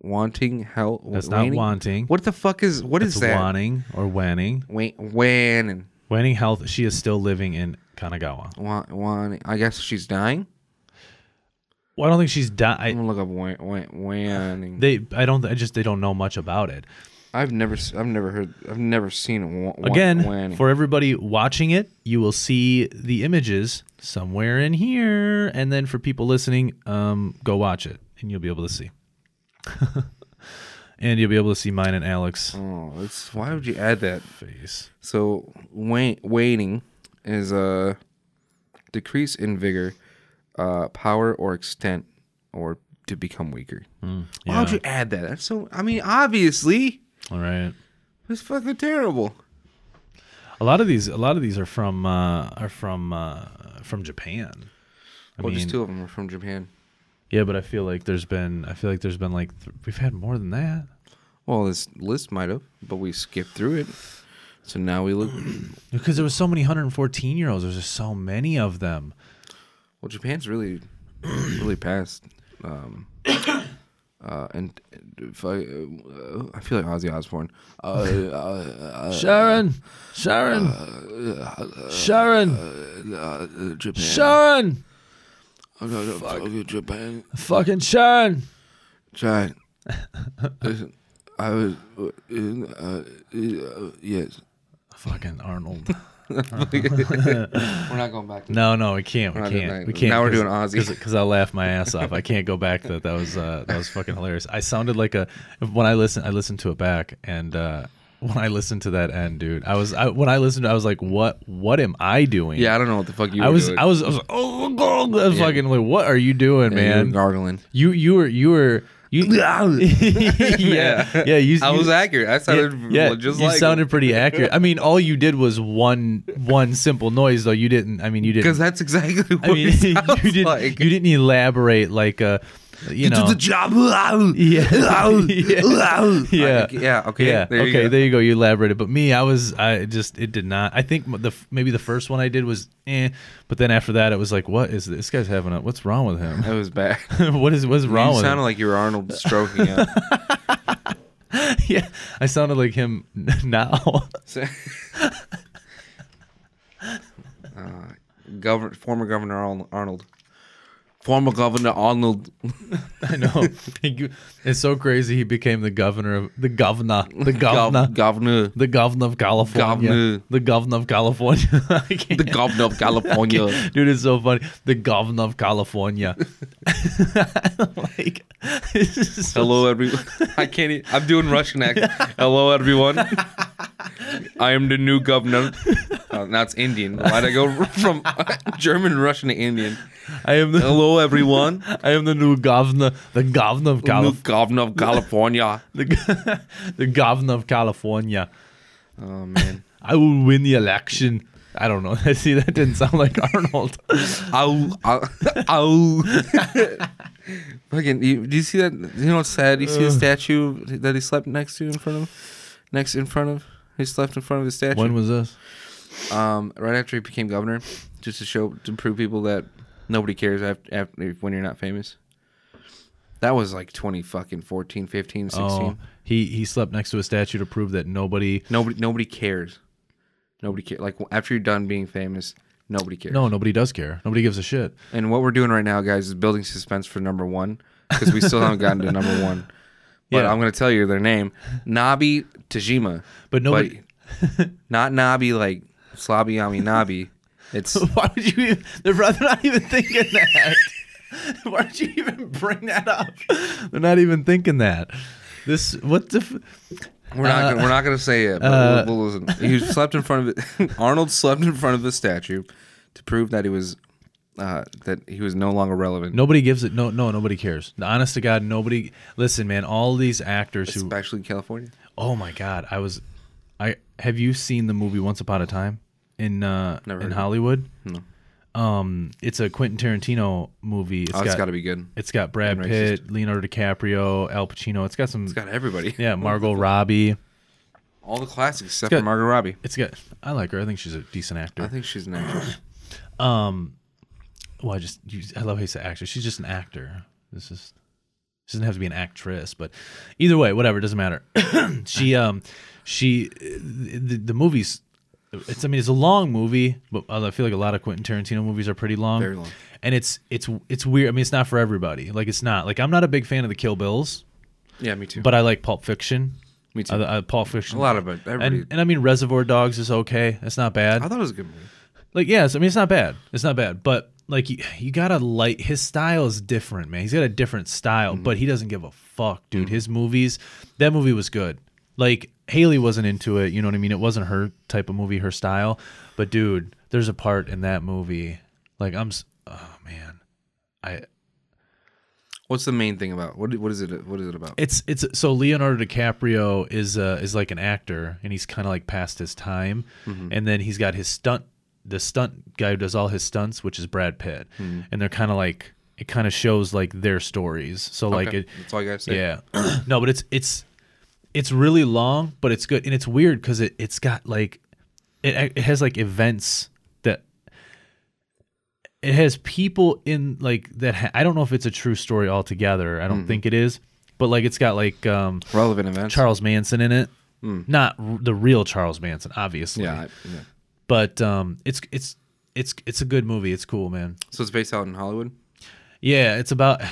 B: wanting help,
A: That's not wanting.
B: What the fuck is what is
A: It's
B: that?
A: wanting or wanting.
B: Wait, when and
A: Wanting health. She is still living in Kanagawa.
B: wan, wan, I guess she's dying.
A: Well, I don't think she's
B: I'm
A: died.
B: gonna look up wan, wan, wanning.
A: They, I don't. I just they don't know much about it.
B: I've never, s- I've never heard, I've never seen a wan, wan-
A: Again,
B: wanning.
A: for everybody watching it, you will see the images somewhere in here, and then for people listening, um, go watch it, and you'll be able to see. and you'll be able to see mine and Alex's
B: oh, it's, why would you add that?
A: face.
B: So wait, waning is a decrease in vigor, uh, power, or extent, or to become weaker. Why would
A: Hmm, yeah.
B: you add that? That's so. I mean, obviously,
A: All right.
B: it's fucking terrible.
A: A lot of these, a lot of these are from uh, are from uh, from Japan. I
B: well,
A: mean,
B: just two of them are from Japan.
A: yeah, but I feel like there's been, I feel like there's been like th- we've had more than that.
B: Well, this list might have, but we skipped through it. So now we look.
A: because there was so many 114 year olds. There's just so many of them.
B: Well, Japan's really, really past. Um, uh, and if I, uh, I feel like Ozzy Osbourne. Uh, uh,
A: Sharon, Sharon, Sharon,
B: uh, uh, Japan.
A: Sharon,
B: Oh, no, no, fuck you, Japan.
A: fucking Sharon.
B: John, listen, I was uh, in, uh, uh, yes.
A: Fucking Arnold.
B: We're not going back. To
A: No, no, we can't. We
B: We're not doing
A: can't.
B: that.
A: We can't.
B: Now we're doing Ozzy.
A: because I laughed my ass off. I can't go back. to That that was uh, that was fucking hilarious. I sounded like a when I listened. I listened to it back, and uh, when I listened to that end, dude, I was I, when I listened, to it, I was like, what What am I doing?
B: Yeah, I don't know what the fuck you.
A: I
B: were
A: was
B: doing.
A: I was I was like, oh, God, I was fucking like, what are you doing,
B: Yeah, you were
A: man?
B: gargling.
A: You you were you were you yeah yeah you
B: I
A: you-
B: was accurate. I
A: yeah,
B: sounded
A: yeah,
B: just
A: you
B: like
A: sounded pretty accurate. I mean, all you did was one one simple noise, though. You didn't. I mean, you didn't.
B: because that's exactly what
A: I mean,
B: it sounds
A: you didn't.
B: like.
A: You didn't elaborate like a, you know.
B: the job. Yeah.
A: Yeah. yeah.
B: yeah. Okay.
A: Yeah.
B: There
A: okay.
B: you go.
A: There you go. You elaborated, but me, I was, I just, it did not. I think the maybe the first one I did was, eh, but then after that, it was like, what is this, this guy's having? A, what's wrong with him?
B: That was bad.
A: what is what's wrong
B: you
A: with him?
B: sounded like you were Arnold stroking out.
A: yeah, I sounded like him now.
B: So- uh, govern, former Governor Arn- Arnold. Former Governor Arnold.
A: I know. He- it's so crazy. He became the governor of the governor, the
B: Gov-
A: governor,
B: governor.
A: the governor of California,
B: Governor.
A: the governor of California. I can't-
B: The Governor of California.
A: Dude, it's so funny. The governor of California. like, it's just so-
B: Hello, everyone. I can't. e- I'm doing Russian accent. Hello, everyone. I am the new governor. Uh, now it's Indian. Why'd I go from German, Russian to Indian?
A: I am the
B: Hello, everyone.
A: I am the new governor, the governor of
B: New
A: California,
B: governor of California.
A: the, g- the governor of California.
B: Oh man.
A: I will win the election. I don't know. See, that didn't sound like Arnold.
B: Ow, ow, ow. Fucking, you, do you see that? You know what's sad? You see the statue that he slept next to in front of? Next in front of? He slept in front of the statue.
A: when was this?
B: um, right after he became governor, just to show, to prove people that nobody cares after, after when you're not famous. That was like 20 fucking 14, 15, 16.
A: Oh, he he slept next to a statue to prove that nobody.
B: Nobody, nobody cares. Nobody cares. Like, after you're done being famous, nobody cares.
A: No, nobody does care. Nobody gives a shit.
B: And what we're doing right now, guys, is building suspense for number one because we still haven't gotten to number one. But
A: Yeah.
B: I'm going to tell you their name Nabi Tajima.
A: But nobody.
B: not Nabi like Slabyami Nabi. It's
A: why would you? Even, they're probably not even thinking that. why would you even bring that up? They're not even thinking that. This what the. F-
B: we're not gonna, we're not going to say it. But
A: uh,
B: we'll, we'll listen. He slept in front of it. Arnold slept in front of the statue to prove that he was uh, that he was no longer relevant.
A: nobody gives it. No, no, nobody cares. Honest to God, nobody. Listen, man. All these actors who.
B: Especially California.
A: Oh my God, I was. I have you seen the movie Once Upon a Time in uh,
B: Never
A: in
B: heard of it.
A: Hollywood? No. Um, it's a Quentin Tarantino movie.
B: Oh, it's got to be good.
A: It's got Brad
B: And racist.
A: Pitt, Leonardo DiCaprio, Al Pacino. It's got some.
B: It's got everybody.
A: yeah, Margot Robbie.
B: All the classics except
A: got-
B: for Margot Robbie.
A: It's got. I like her. I think she's a decent actor.
B: I think she's an actress.
A: well, I just. You, I love how you say actor. She's just an actor. This is. She doesn't have to be an actress, but either way, whatever. It doesn't matter. she. Um. She. The, the movie's. It's. I mean, it's a long movie, but I feel like a lot of Quentin Tarantino movies are pretty long.
B: Very long.
A: And it's it's it's weird. I mean, it's not for everybody. Like it's not. Like I'm not a big fan of the Kill Bills.
B: Yeah, me too.
A: but I like Pulp Fiction.
B: Me too.
A: I, I, Pulp Fiction.
B: A lot of it. Everybody-
A: And, and I mean, Reservoir Dogs is okay. It's not bad.
B: I thought it was a good movie.
A: Like, yes, I mean, it's not bad. It's not bad. But, like, you, you gotta like his style is different, man. He's got a different style,
B: Mm-hmm.
A: but he doesn't give a fuck, dude. His movies, that movie was good. Like, Haley wasn't into it. You know what I mean? It wasn't her type of movie, her style. But, dude, there's a part in that movie. Like, I'm, s- oh, man. I,
B: What's the main thing about? What what is it? What is it about?
A: It's it's so Leonardo DiCaprio is uh, is like an actor and he's kind of like past his time, and then he's got his stunt the stunt guy who does all his stunts, which is Brad Pitt, and they're kind of like it kind of shows like their stories. So like
B: Okay,
A: it
B: that's all I gotta say.
A: yeah no but it's it's it's really long, but it's good, and it's weird because it it's got like it it has like events that it has people in like that. Ha- I don't know if it's a true story altogether. I don't
B: Hmm.
A: think it is, but like it's got like um
B: Relevant events.
A: Charles Manson in it. Not r- the real Charles Manson, obviously.
B: Hmm. yeah, I- yeah.
A: But um, it's it's it's it's a good movie. It's cool, man.
B: So it's based out in Hollywood.
A: Yeah, it's about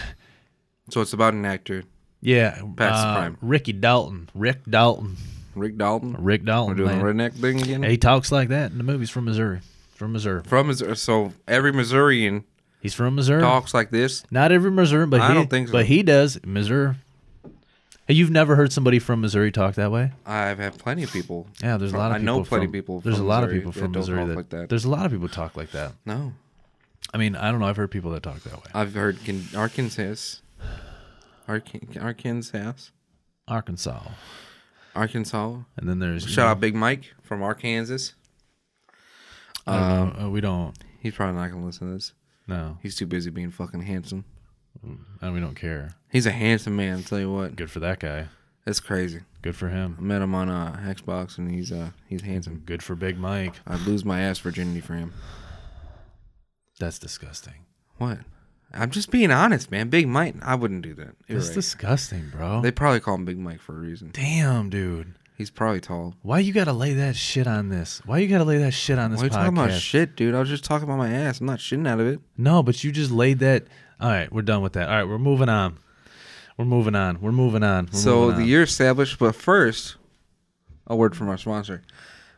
B: So it's about an actor,
A: yeah
B: Past
A: uh,
B: prime.
A: Ricky Dalton, Rick Dalton,
B: Rick Dalton.
A: Rick Dalton.
B: We're doing
A: man.
B: the redneck thing again.
A: He talks like that in the movies from Missouri. From Missouri.
B: From Missouri, so every Missourian
A: He's from Missouri.
B: talks like this.
A: Not every Missouri, but
B: I
A: he,
B: don't think so.
A: But he does Missouri. Hey, you've never heard somebody from Missouri talk that way?
B: I've had plenty of people.
A: Yeah, there's a
B: From-
A: lot of
B: I
A: people
B: know plenty of
A: from-
B: people
A: There's
B: from
A: a lot
B: Missouri
A: of people
B: that
A: from
B: don't
A: Missouri
B: talk
A: that,
B: like that.
A: There's a lot of people talk like that.
B: No,
A: I mean, I don't know. I've heard people that talk that way.
B: I've heard can, Arkansas, Arkan- Arkansas,
A: Arkansas,
B: Arkansas.
A: and then there's
B: Shout out Big Mike from Arkansas.
A: I don't know. Uh, we don't.
B: He's probably not gonna listen to this.
A: No,
B: He's too busy being fucking handsome.
A: and we don't care.
B: He's a handsome man. I'll tell you what,
A: Good for that guy.
B: that's crazy.
A: Good for
B: I
A: him.
B: met him on uh, Xbox, and he's uh he's handsome.
A: Good for Big Mike.
B: I'd lose my ass virginity for him.
A: That's disgusting.
B: What? I'm just being honest, man. Big Mike, I wouldn't do that. You're
A: That's
B: right.
A: disgusting, bro.
B: They probably call him Big Mike for a reason.
A: Damn, dude.
B: He's probably tall.
A: Why you gotta lay that shit on this? Why you gotta lay that shit on this
B: Why are you
A: podcast?
B: talking about shit, dude? I was just talking about my ass. I'm not shitting out of it.
A: no, but you just laid that. All right, we're done with that. All right, we're moving on. We're moving on. We're moving on. We're
B: so
A: moving
B: the
A: on.
B: year established, but first, a word from our sponsor.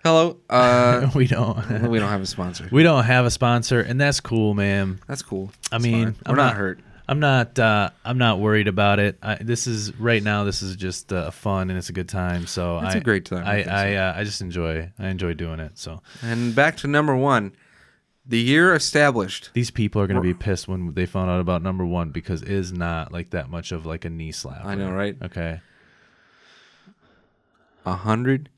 B: Hello. Uh,
A: we don't
B: we don't have a sponsor.
A: we don't have a sponsor, and that's cool, man.
B: That's cool.
A: I
B: It's
A: mean,
B: fine.
A: I'm
B: we're not,
A: not-
B: hurt.
A: I'm not uh, I'm not worried about it. I, this is right now. This is just uh, fun and it's a good time. So
B: It's
A: I-
B: a great time, I
A: I
B: think
A: I, uh, I just enjoy I enjoy doing it. So
B: And back to number one, the year established.
A: these people are gonna be pissed when they found out about number one because it is not like that much of like a knee slap.
B: I know, right?
A: Okay.
B: A hundred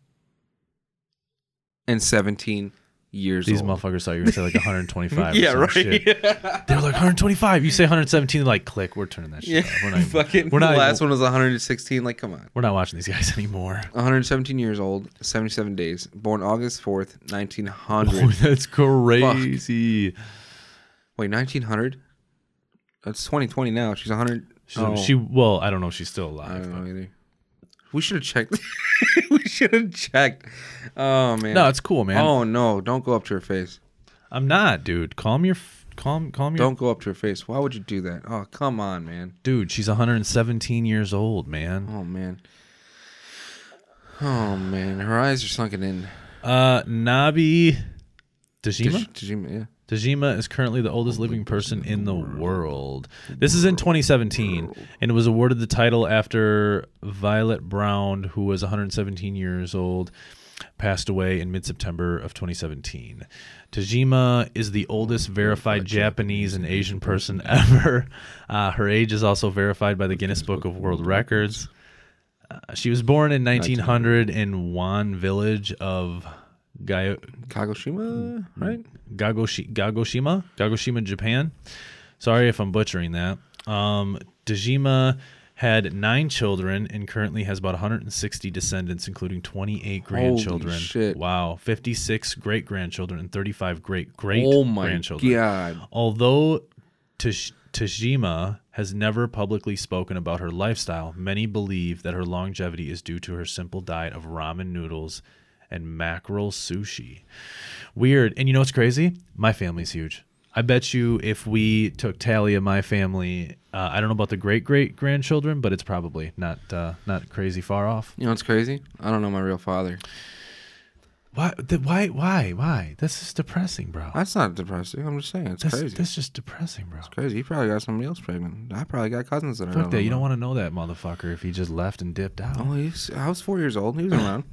B: and seventeen years
A: These
B: old.
A: motherfuckers thought you were gonna say like 125. or
B: yeah,
A: some
B: right.
A: Shit. They were like 125. You say 117, they're like click. We're turning that shit.
B: Yeah,
A: off. We're not even,
B: Fucking.
A: We're not.
B: the last
A: even-
B: one was 116. Like, come on.
A: We're not watching these guys anymore.
B: 117 years old, 77 days, born August 4th,
A: Oh,
B: 1900.
A: that's crazy. Um,
B: Wait, 1900? That's 2020 now. She's 100.
A: She,
B: oh,
A: she well, I don't know if she's still
B: I
A: alive.
B: don't
A: but-
B: know either. We should have checked. we should have checked. Oh man.
A: No, it's cool, man.
B: Oh no! Don't go up to her face.
A: I'm not, dude. Calm your f- calm calm your
B: Don't go up to her face. Why would you do that? Oh come on, man.
A: dude. She's 117 years old, man.
B: Oh man. Oh man. Her eyes are sunken in.
A: Uh, Nabi
B: Did
A: Tajima.
B: she- did she- yeah.
A: Tajima is currently the oldest living person in the world. This is in 2017, and it was awarded the title after Violet Brown, who was 117 years old, passed away in mid-September of 2017. Tajima is the oldest verified Japanese and Asian person ever. Uh, her age is also verified by the Guinness Book of World Records. Uh, she was born in 1900 in Wan Village of Gai-
B: Kagoshima,
A: Hmm.
B: right?
A: Gagoshi- Gagoshima, Gagoshima, Japan. Sorry if I'm butchering that. Um, Dejima had nine children and currently has about 160 descendants, including 28 grandchildren.
B: shit.
A: Wow, 56 great grandchildren and 35 great great
B: Oh my
A: grandchildren.
B: god.
A: Although Taj- Tajima has never publicly spoken about her lifestyle, many believe that her longevity is due to her simple diet of ramen noodles and mackerel sushi. Weird. And you know what's crazy? My family's huge. I bet you if we took tally of my family, uh, I don't know about the great great grandchildren, but it's probably not uh, not crazy far off.
B: You know what's crazy? I don't know my real father.
A: Why? Th- why? Why? Why? This is depressing, bro.
B: That's not depressing. I'm just saying it's
A: That's,
B: crazy.
A: that's just depressing, bro.
B: crazy. You probably got somebody else pregnant. I probably got cousins that are.
A: Fuck that. You don't want to know that motherfucker if he just left and dipped out.
B: Oh, he's, I was four years old. He was around,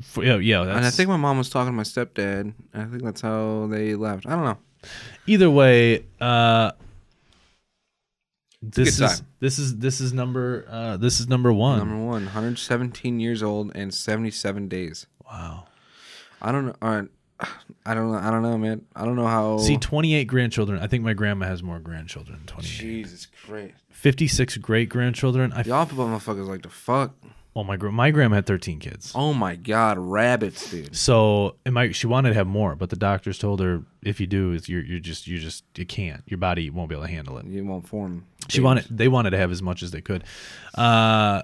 A: F- yeah, yeah.
B: and I
A: that's-
B: think my mom was talking to my stepdad. I think that's how they left. I don't know.
A: either way, uh, this
B: good
A: is
B: time.
A: this is this is number uh, this is number one.
B: Number one, 117 years old and 77 days.
A: wow.
B: I don't know. All right. I don't know. I don't know, man. I don't know how.
A: See, 28 grandchildren. I think my grandma has more grandchildren. than 28.
B: Jesus Christ.
A: 56 great grandchildren. I f-
B: Y'all people motherfuckers like to fuck.
A: Oh my gr- my grandma had 13 kids.
B: Oh my god, rabbits, dude.
A: So and my she wanted to have more, but the doctors told her if you do, it's you're you're just you just you can't. Your body won't be able to handle it.
B: You won't form.
A: She wanted they wanted to have as much as they could. Uh,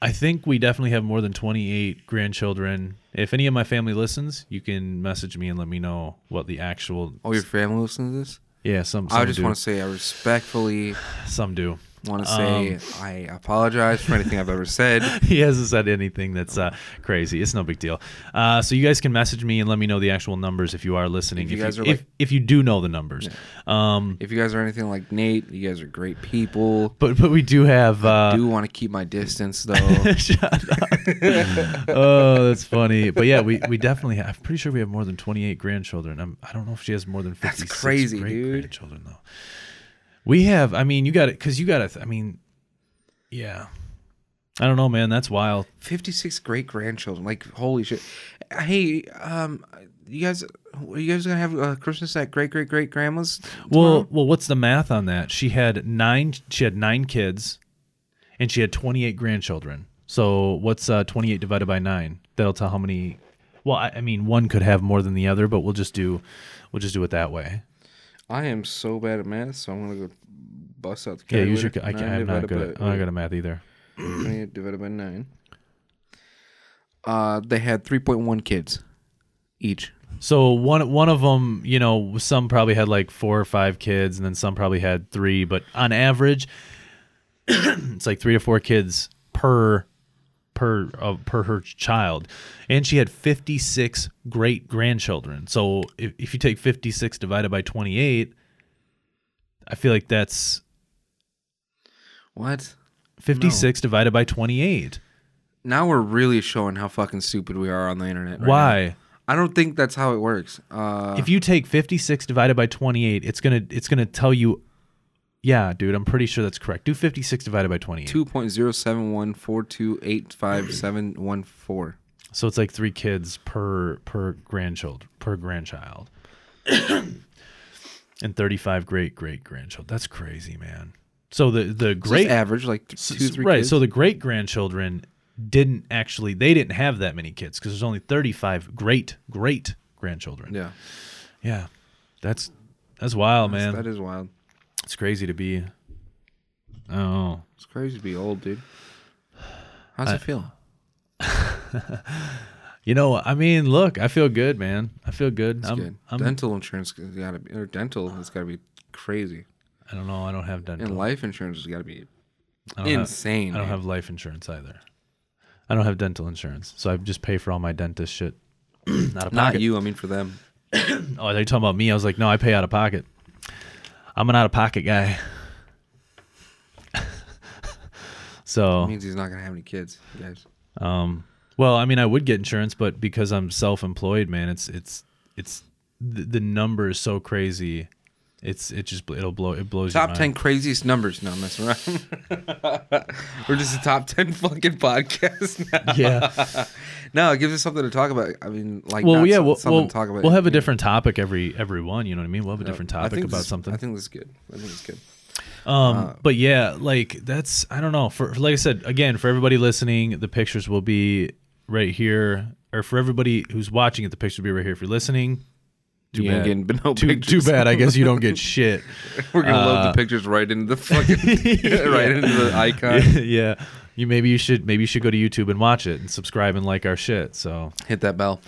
A: I think we definitely have more than 28 grandchildren. If any of my family listens, you can message me and let me know what the actual
B: Oh, your family listens to this?
A: yeah some some
B: I just
A: do
B: want to say I respectfully
A: some do.
B: want to say
A: Um,
B: I apologize for anything I've ever said.
A: he hasn't said anything that's uh, crazy. It's no big deal. Uh, so you guys can message me and let me know the actual numbers if you are listening.
B: If you guys are
A: if,
B: like-
A: if you do know the numbers, um,
B: If you guys are anything like Nate, you guys are great people.
A: but but we do have.
B: I
A: Uh,
B: do want to keep my distance though.
A: Shut up. oh, that's funny. But yeah, we, we definitely. Have, I'm pretty sure we have more than 28 grandchildren. I'm, I don't know if she has more than 56
B: crazy, dude.
A: great grandchildren though. We have. I mean, you got it because you got to. I mean, yeah. I don't know, man. That's wild.
B: 56 great grandchildren. Like holy shit. Hey, um you guys are you guys going to have uh, Christmas at great great great grandma's?
A: Well, well, what's the math on that? She had nine. She had nine kids, and she had twenty-eight grandchildren. So what's uh, twenty-eight divided by nine? That'll tell how many. Well, I, I mean, one could have more than the other, but we'll just do, we'll just do it that way.
B: I am so bad at math, so I'm going to go bust out the
A: Yeah,
B: calculator.
A: use your. I,
B: Nine
A: am not
B: divided
A: good. At,
B: by-
A: I'm not good at math either.
B: 28 divided by 9. Uh, they had 3.1 kids each.
A: So one one of them, you know, some probably had like four or five kids, and then some probably had three. But on average, it's like three to four kids per per uh, per her child, and she had fifty six great grandchildren. So if, if you take fifty six divided by twenty eight, I feel like that's
B: What?
A: fifty six divided by twenty eight.
B: Now we're really showing how fucking stupid we are on the internet. right now.
A: Why?
B: I don't think that's how it works. Uh,
A: if you take 56 divided by 28 it's gonna it's gonna tell you yeah dude i'm pretty sure that's correct do 56 divided by 28
B: 2.07142857114.
A: so it's like three kids per per grandchild per grandchild and 35 great great grandchild that's crazy man so the the
B: Great.
A: great
B: average, like th- two,
A: s-
B: three
A: right
B: kids.
A: so the great grandchildren didn't actually they didn't have that many kids because there's only 35 great great grandchildren yeah,
B: yeah,
A: that's that's wild man
B: that is wild.
A: It's crazy to be. Oh,
B: It's crazy to be old, dude. How's it feel?
A: you know, I mean, look, I feel good, man. I feel good. I'm,
B: Good.
A: I'm,
B: dental insurance has got to be, or dental has got to be crazy.
A: I don't know. I don't have dental.
B: And life insurance has got to be
A: I don't, have,
B: insane.
A: I don't
B: man.
A: have life insurance either. I don't have dental insurance, so I just pay for all my dentist shit. Not a
B: Not
A: pocket.
B: you, I mean for them.
A: Oh, they're talking about me. I was like, no, I pay out of pocket. I'm an out of pocket guy. so Oh.
B: It means he's not gonna have any kids, you guys.
A: Um, well, I mean, I would get insurance, but because I'm self-employed, man, it's it's it's the, the number is so crazy. It's it just bl- it'll blow it blows your
B: Top
A: mind.
B: ten craziest numbers. No, I'm messing around. We're just a top ten fucking podcast now.
A: Yeah.
B: No, it gives us something to talk about. I mean, like,
A: Well,
B: not
A: yeah.
B: some-
A: We'll,
B: something
A: we'll,
B: to talk about.
A: we'll have a different topic every every one. You know what I mean? We'll have a different
B: I
A: topic
B: think
A: about
B: this-
A: something.
B: I think this is good. I think it's good.
A: Um, but yeah, like that's I don't know. For like I said again, for everybody listening, the pictures will be right here, or for everybody who's watching it, the pictures will be right here. If you're listening, too
B: You ain't
A: bad.
B: getting no
A: too, too
B: pictures.
A: bad. I guess you don't get shit.
B: We're gonna load
A: Uh,
B: the pictures right into the fucking right into the icon.
A: yeah. You maybe you should maybe you should go to YouTube and watch it and subscribe and like our shit. So
B: Hit that bell.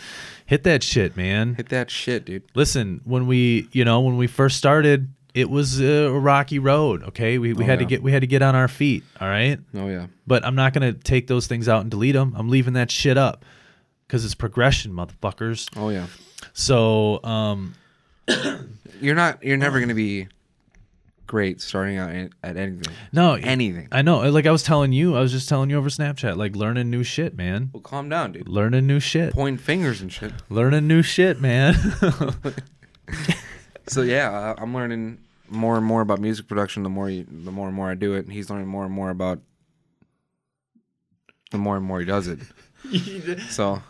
A: hit that shit, man.
B: Hit that shit, dude.
A: Listen, when we you know when we first started, it was a rocky road. Okay, we, we had to
B: Oh, yeah.
A: get we had to get on our feet. All right,
B: Oh yeah.
A: but I'm not gonna take those things out and delete them. I'm leaving that shit up because it's progression, motherfuckers.
B: Oh yeah.
A: So um,
B: You're not. You're never gonna be great starting out at at anything.
A: no
B: Anything.
A: I know. Uh, Like I was telling you, I was just telling you over Snapchat, like learning new shit, man.
B: Well, calm down, dude.
A: Learning new shit.
B: Point fingers and shit.
A: Learning new shit, man.
B: So yeah, I- I'm learning more and more about music production. The more you, the more and more I do it, and he's learning more and more about the more and more he does it. so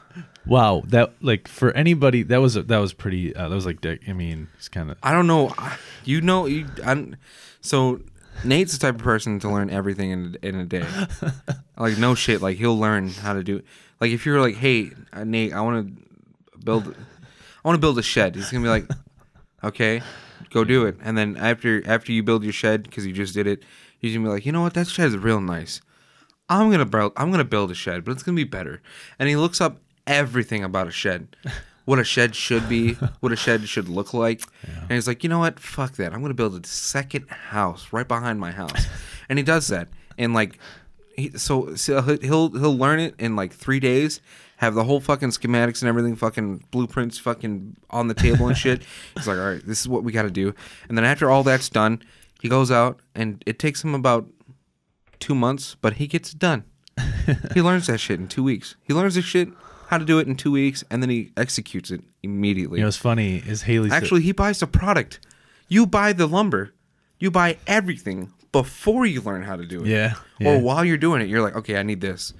A: Wow, that like for anybody that was that was pretty uh, that was like dick. I mean, it's kind of
B: I don't know. I- You know, you. I'm, so Nate's the type of person to learn everything in a- in a day. Like no shit. Like he'll learn how to do. It. Like if you're like, hey uh, Nate, I want to build, I want to build a shed. He's gonna be like, okay, go do it. And then after after you build your shed because you just did it, he's gonna be like, you know what, that shed is real nice. I'm gonna build. I'm gonna build a shed, but it's gonna be better. And he looks up everything about a shed, what a shed should be, what a shed should look like. And he's like, you know what? Fuck that. I'm gonna build a second house right behind my house. And he does that. And like, he, so so he- he'll he'll learn it in like three days. Have the whole fucking schematics and everything, fucking blueprints, fucking on the table and shit. He's like, all right, this is what we got to do. And then after all that's done, he goes out and it takes him about two months, but he gets it done. he learns that shit in two weeks. He learns this shit, how to do it in two weeks, and then he executes it immediately.
A: You know, what's funny is Haley.
B: Actually, he buys the product. You buy the lumber. You buy everything before you learn how to do it.
A: Yeah,
B: Or
A: yeah.
B: while you're doing it, you're like, okay, I need this,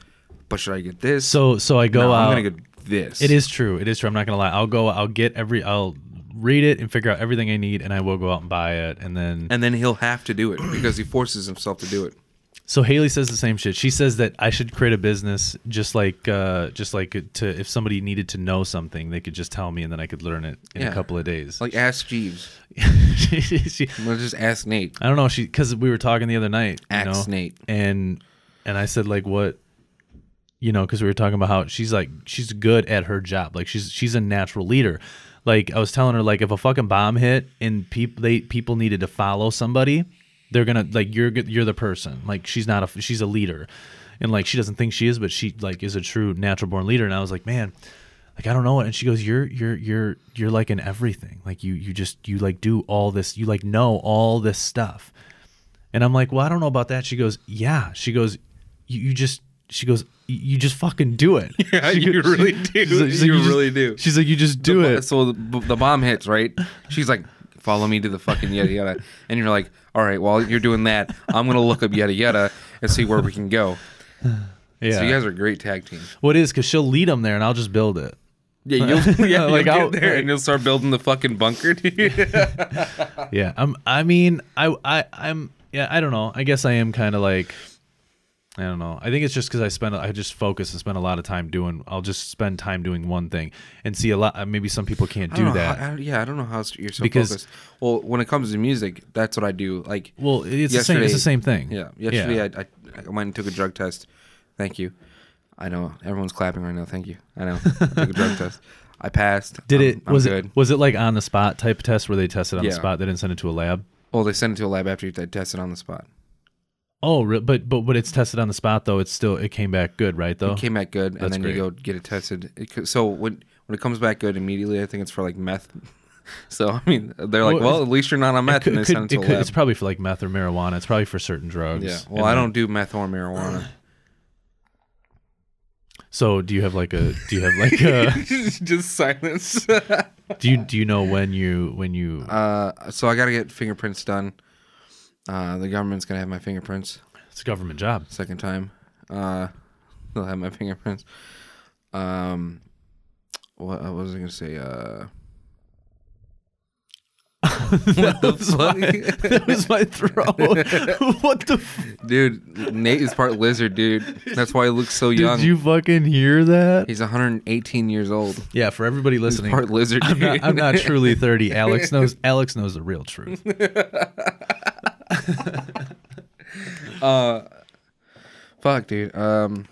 B: but should I get this?
A: So so I go
B: No,
A: out.
B: I'm gonna get this.
A: It is true. It is true. I'm not gonna lie. I'll go. I'll get every. I'll read it and figure out everything I need, and I will go out and buy it. And then
B: And then he'll have to do it because he forces himself to do it.
A: so Haley says the same shit. She says that I should create a business just like uh just like to if somebody needed to know something, they could just tell me, and then I could learn it in
B: Yeah.
A: a couple of days.
B: Like ask Jeeves.
A: she, she-
B: Let's just ask Nate.
A: I don't know. She because we were talking the other night. you know,
B: Axe Nate.
A: and and I said like what. You know, because we were talking about how she's like she's good at her job. Like she's she's a natural leader. Like I was telling her, like if a fucking bomb hit and people they people needed to follow somebody, they're gonna like you're g- you're the person. Like she's not a she's a leader, and like she doesn't think she is, but she like is a true natural born leader. And I was like, man, like I don't know it. And she goes, "You're you're you're you're like in everything. Like you you just you like do all this. You like know all this stuff." And I'm like, "Well, I don't know about that." She goes, "Yeah." She goes, "You, you just." She goes, "You- "You just fucking do it."
B: Yeah,
A: She
B: you
A: goes-
B: really
A: she's
B: do.
A: she's
B: You
A: just-
B: really do."
A: She's like, "You just do
B: The bo-
A: it."
B: So the, the bomb hits, right? She's like, follow me to the fucking yada yada. And you're like, all right, while you're doing that, I'm going to look up yada yada and see where we can go.
A: Yeah.
B: So you guys are a great tag team.
A: what is? Because she'll lead them there, and I'll just build it.
B: Yeah, you'll, yeah,
A: Like,
B: you'll
A: I'll-
B: get there
A: like-
B: and you'll start building the fucking bunker. dude. Ah.
A: Yeah. I'm. I mean, I. I. I'm. Yeah. I don't know. I guess I am kind of like. I don't know. I think it's just because I spend. I just focus and spend a lot of time doing. I'll just spend time doing one thing and see a lot. uh, Maybe some people can't
B: I don't
A: do
B: know
A: that.
B: how- I don't- yeah, I don't know how s- you're so
A: Because-
B: focused. Well, when it comes to music, that's what I do. Like,
A: Well, it's the same. It's
B: Yesterday-
A: the same thing.
B: yeah, yesterday I, I, I went and took a drug test. Thank you. I know everyone's clapping right now. Thank you. I know. I took a drug test. I passed.
A: Did
B: I'm-
A: it?
B: I'm
A: was
B: good.
A: it? Was it like on the spot type test where they tested on
B: Yeah.
A: the spot? They didn't send it to a lab.
B: Well, they send it to a lab after you t- test it on the spot.
A: Oh, re- but but when it's tested on the spot though, it's still it came back good, right? Though.
B: Came back good, and
A: Oh, That's
B: then
A: great.
B: you go get it tested. It, co- so when when it comes back good immediately, I think it's for like meth. so I mean, they're like,
A: Well,
B: well, at least you're not on meth,
A: Could-
B: and they
A: could-
B: send
A: it
B: it to a
A: could-
B: lab.
A: it's probably for like meth or marijuana. It's probably for certain drugs.
B: yeah. Well,
A: And
B: I
A: then-
B: don't do meth or marijuana.
A: So do you have like a? Do you have like a?
B: Just silence.
A: do you do you know when you when you?
B: uh, so I gotta get fingerprints done. Uh, the government's gonna have my fingerprints.
A: It's a government job.
B: second time. Uh, they'll have my fingerprints. Um, what, what was I gonna say? Uh, what the fuck,
A: that was my throat. what the? F-
B: dude? Nate is part lizard, dude. That's why he looks so young.
A: did you fucking hear that?
B: He's 118 years old.
A: Yeah, for everybody listening,
B: Part lizard.
A: I'm not,
B: dude.
A: I'm not truly 30. Alex knows. Alex knows the real truth.
B: fuck, dude. Um,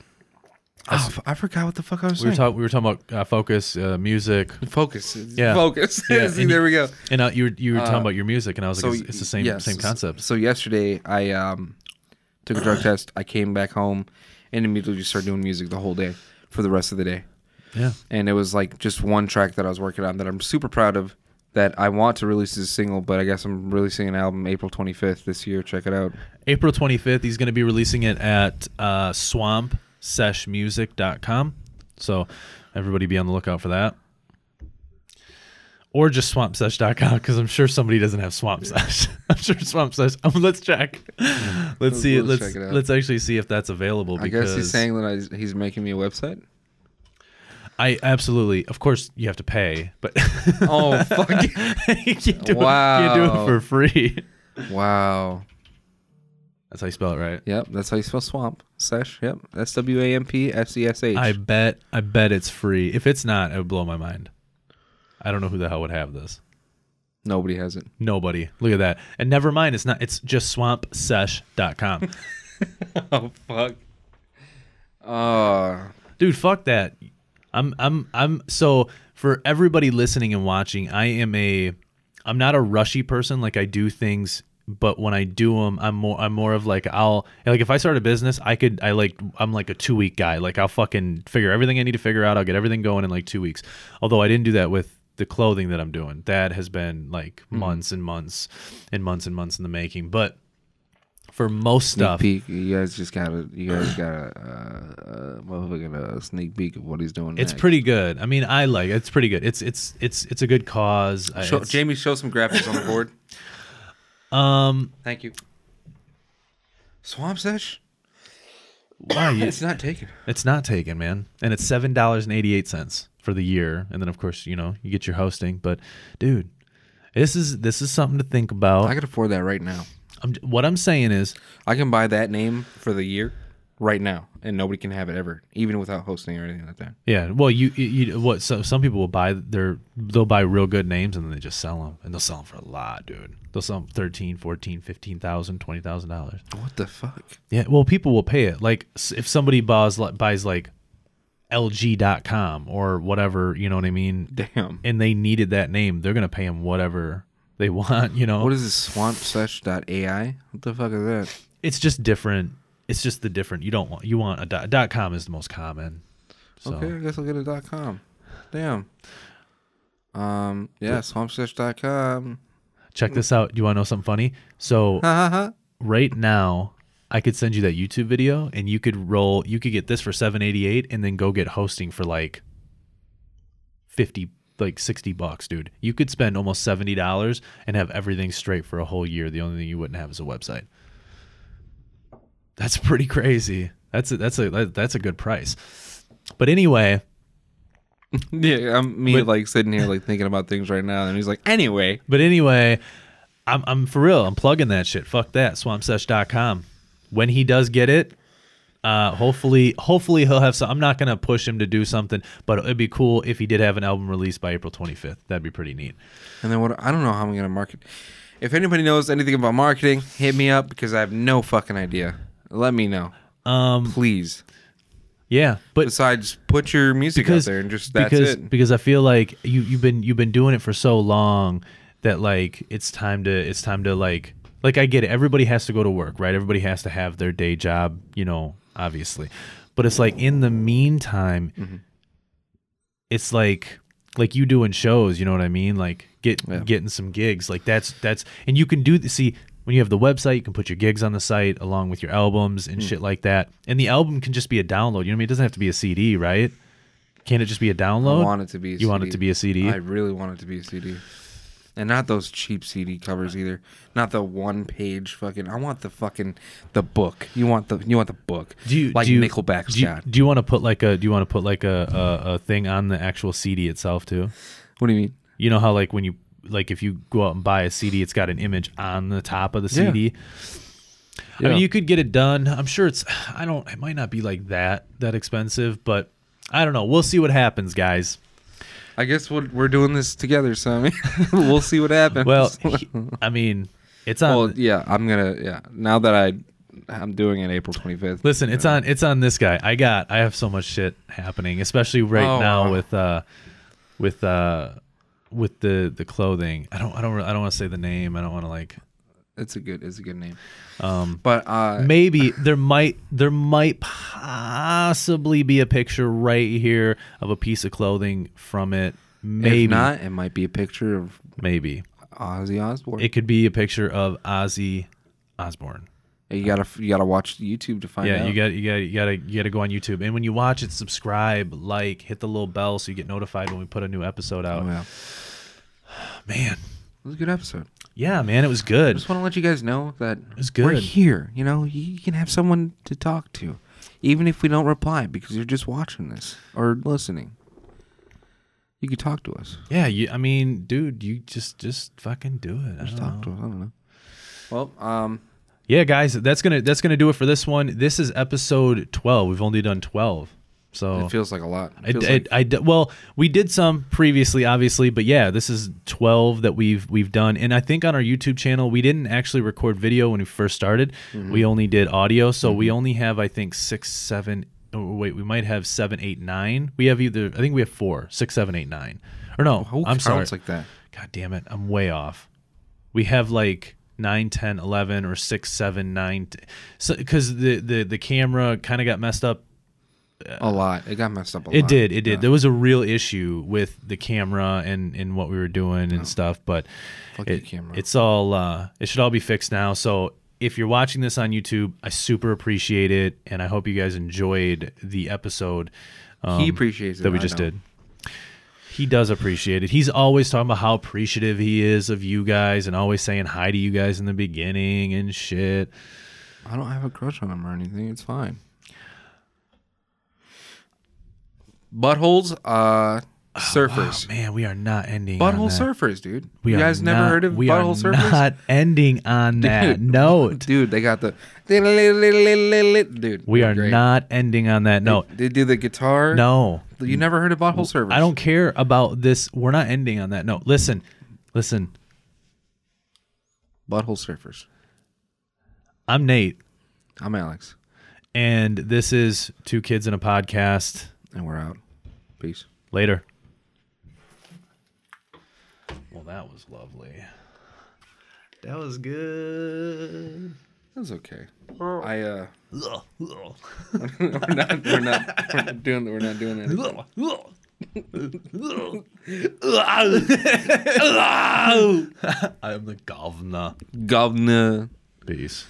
B: oh, f- I forgot what the fuck I was
A: We were
B: saying.
A: talking. We were talking about uh, focus, uh, music,
B: focus.
A: Yeah.
B: Focus.
A: Yeah,
B: See,
A: and
B: there we go.
A: and uh, you were you were talking about your music, and I was like, it's, it's the same
B: yeah,
A: same
B: so-
A: concept.
B: So yesterday, I um, took a drug test. I came back home and immediately just started doing music the whole day for the rest of the day.
A: Yeah,
B: And it was like just one track that I was working on that I'm super proud of. That I want to release as a single, but I guess I'm releasing an album April 25th this year. Check it out.
A: April 25th, he's going to be releasing it at uh, swampseshmusic.com. So everybody be on the lookout for that. Or just swampsesh.com because I'm sure somebody doesn't have swamp sesh. I'm sure swamp sesh. Um, let's check. Let's see. it.
B: Let's
A: Let's
B: check it out.
A: let's actually see if that's available.
B: I
A: Because
B: guess he's saying that I, he's making me a website.
A: I absolutely, of course, you have to pay, but
B: Oh fuck!
A: you can't do, it, you can't do it
B: Wow.
A: for free.
B: wow.
A: That's how you spell it, right?
B: Yep, that's how you spell swamp. Sesh. Yep, S W A M P S E S H.
A: I bet I bet it's free. If it's not, it would blow my mind. I don't know who the hell would have this.
B: Nobody has it.
A: Nobody. Look at that. And never mind, it's not it's just swampsesh.com.
B: Oh fuck. Uh
A: Dude, fuck that. I'm I'm I'm so for everybody listening and watching, I am a I'm not a rushy person like I do things but when I do them, I'm more I'm more of like I'll like if I start a business, I could I like I'm like a 2 week guy. Like I'll fucking figure everything I need to figure out. I'll get everything going in like 2 weeks. Although I didn't do that with the clothing that I'm doing. That has been like months and months and months and months in the making. But for most
B: sneak
A: stuff,
B: peek. You guys just gotta you guys gotta uh, uh motherfucking uh, sneak peek of what he's doing.
A: It's
B: next.
A: pretty good. I mean, I like it. it's pretty good. It's it's it's it's a good cause. I-
B: Show,
A: it's-
B: Jamie, show some graphics on the board.
A: um,
B: Thank you. Swamp Sesh?
A: why you-
B: It's not taken.
A: it's not taken, man, and it's seven dollars and eighty eight cents for the year, and then of course you know you get your hosting. But dude, this is this is something to think
B: I
A: about.
B: could afford that right now.
A: I'm, what I'm saying is,
B: I can buy that name for the year right now, and nobody can have it ever, even without hosting or anything like that.
A: yeah, well, you you, you what? So some people will buy their they'll buy real good names and then they just sell them, and they'll sell them for a lot, dude. They'll sell them 13, 14, 15,000, 20,000 dollars.
B: What the fuck?
A: Yeah, well, people will pay it. Like s- if somebody buys li- buys like LG.com or whatever, you know what I mean,
B: Damn.
A: and they needed that name, they're gonna pay them whatever they want. You know,
B: What is this swampsesh.ai? What the fuck is that?
A: it's just different. It's just the different. You don't want you want a dot, dot com is the most common. So
B: Okay, I guess I'll get a dot com. Damn. Um. Yeah, swampsesh.com.
A: check this out. Do you want to know something funny? So
B: Ha ha ha.
A: right now. I could send you that YouTube video and you could roll you could get this for 788 and then go get hosting for like 50 like 60 bucks dude you could spend almost $70 and have everything straight for a whole year the only thing you wouldn't have is a website that's pretty crazy that's a that's a that- that's a good price but anyway
B: Yeah, I'm me
A: But-
B: like sitting here like thinking about things right now, and he's like, anyway,
A: but anyway i'm, I'm for real i'm plugging that shit fuck that swampsesh.com when he does get it uh, hopefully, hopefully he'll have some. I'm not gonna push him to do something, but it'd be cool if he did have an album released by April 25th. That'd be pretty neat.
B: And then what? I don't know how I'm gonna market. If anybody knows anything about marketing, hit me up because I have no fucking idea. Let me know,
A: Um,
B: please.
A: Yeah, but
B: Besides, put your music
A: because
B: out there and just that's
A: because
B: it.
A: because I feel like you you've been you've been doing it for so long that like it's time to it's time to like like I get it. Everybody has to go to work, right? Everybody has to have their day job, you know, obviously. But it's like in the meantime, it's like like you doing shows, you know what I mean? Like get
B: Yeah.
A: getting some gigs. Like that's that's and you can do th- see when you have the website, you can put your gigs on the site along with your albums
B: Hmm.
A: and shit like that. And the album can just be a download. You know what I mean? It doesn't have to be a CD, right? Can it just be a download?
B: I want it to be. A
A: Oh, you want it to be a CD?
B: I really want it to be a CD, and not those cheap CD covers either. Not the one page fucking. I want the fucking the book. You want the you want the book.
A: do you
B: like
A: do you,
B: Nickelback's
A: do you,
B: got?
A: Do you want to put like a do you want to put like a, a a thing on the actual CD itself too?
B: What do you mean?
A: You know how like when you like if you go out and buy a CD, it's got an image on the top of the
B: Yeah.
A: CD. I
B: Yeah.
A: mean, you could get it done. I'm sure it's. I don't. It might not be like that that expensive, but I don't know. We'll see what happens, guys.
B: I guess we're, we're doing this together, so I mean, we'll see what happens.
A: Well, he- I mean, it's on.
B: well, yeah, I'm gonna yeah. Now that I I'm doing it April 25th.
A: Listen, it's on. It's on this guy. I got. I have so much shit happening, especially right
B: Oh,
A: now
B: wow.
A: with uh, with uh, with the the clothing. I don't. I don't. re- I don't want to say the name. I don't want to like.
B: It's a good it's a good name.
A: Um,
B: But uh
A: maybe there might there might possibly be a picture right here of a piece of clothing from it. Maybe
B: if not, it might be a picture of
A: Maybe
B: Ozzy Osbourne.
A: it could be a picture of Ozzy Osbourne.
B: you gotta you gotta watch YouTube to find
A: Yeah,
B: out.
A: you got you got you got to you got to go on YouTube, and when you watch it, subscribe, like, hit the little bell so you get notified when we put a new episode out.
B: Oh, yeah.
A: Man,
B: It was a good episode.
A: yeah, man, it was good.
B: Just want to let you guys know that
A: It's
B: we're
A: good.
B: here. You know, you can have someone to talk to, even if we don't reply because you're just watching this or listening. You can talk to us.
A: Yeah, you, I mean, dude, you just just fucking do it. I
B: Just
A: don't
B: talk
A: know.
B: to us. I don't know. Well, um,
A: yeah, guys, that's gonna that's gonna do it for this one. This is episode twelve. We've only done twelve, so
B: It feels like a lot.
A: I,
B: It feels
A: I-
B: like-
A: I d- well, we did some previously, obviously, but yeah, this is twelve that we've we've done, and I think on our YouTube channel we didn't actually record video when we first started.
B: Mm-hmm.
A: We only did audio, so we only have I think six, seven. Oh, wait, we might have seven, eight, nine. We have either I think we have four, six, seven, eight, nine, or no?
B: Who
A: I'm sorry.
B: counts like that?
A: God damn it, I'm way off. We have like 9, 10, 11, or 6, 7, 9. t- So, because the, the, the camera kind of got messed up.
B: A lot. It got messed up a lot.
A: It did, it did.
B: Yeah.
A: There was a real issue with the camera and, and what we were doing and stuff, but
B: Fuck
A: it,
B: the camera.
A: it's all, uh, it should all be fixed now. So, if you're watching this on YouTube, I super appreciate it. And I hope you guys enjoyed the episode. Um,
B: he appreciates it.
A: that we
B: I
A: just
B: know.
A: did. He does appreciate it. He's always talking about how appreciative he is of you guys and always saying hi to you guys in the beginning and shit.
B: I don't have a crush on him or anything. It's fine. Buttholes,
A: Ah,
B: uh, surfers.
A: Man, we are not ending. on
B: butthole
A: that.
B: surfers, dude.
A: We
B: you
A: are
B: guys never
A: not-
B: heard of
A: we
B: butthole
A: are
B: surfers?
A: Not ending on that note.
B: Dude, they got the dude.
A: We are
B: great.
A: not ending on that note.
B: They do the guitar.
A: No,
B: you never heard of butthole surfers.
A: I don't care about this. We're not ending on that note. Listen, listen.
B: Butthole surfers.
A: I'm Nate,
B: I'm Alex,
A: and this is Two Kids in a Podcast.
B: and we're out. Peace.
A: Later. Well, that was lovely. That was good.
B: That's okay. I uh, we're not, we're not, we're not doing, we're not doing that.
A: I'm the governor.
B: Governor.
A: Peace.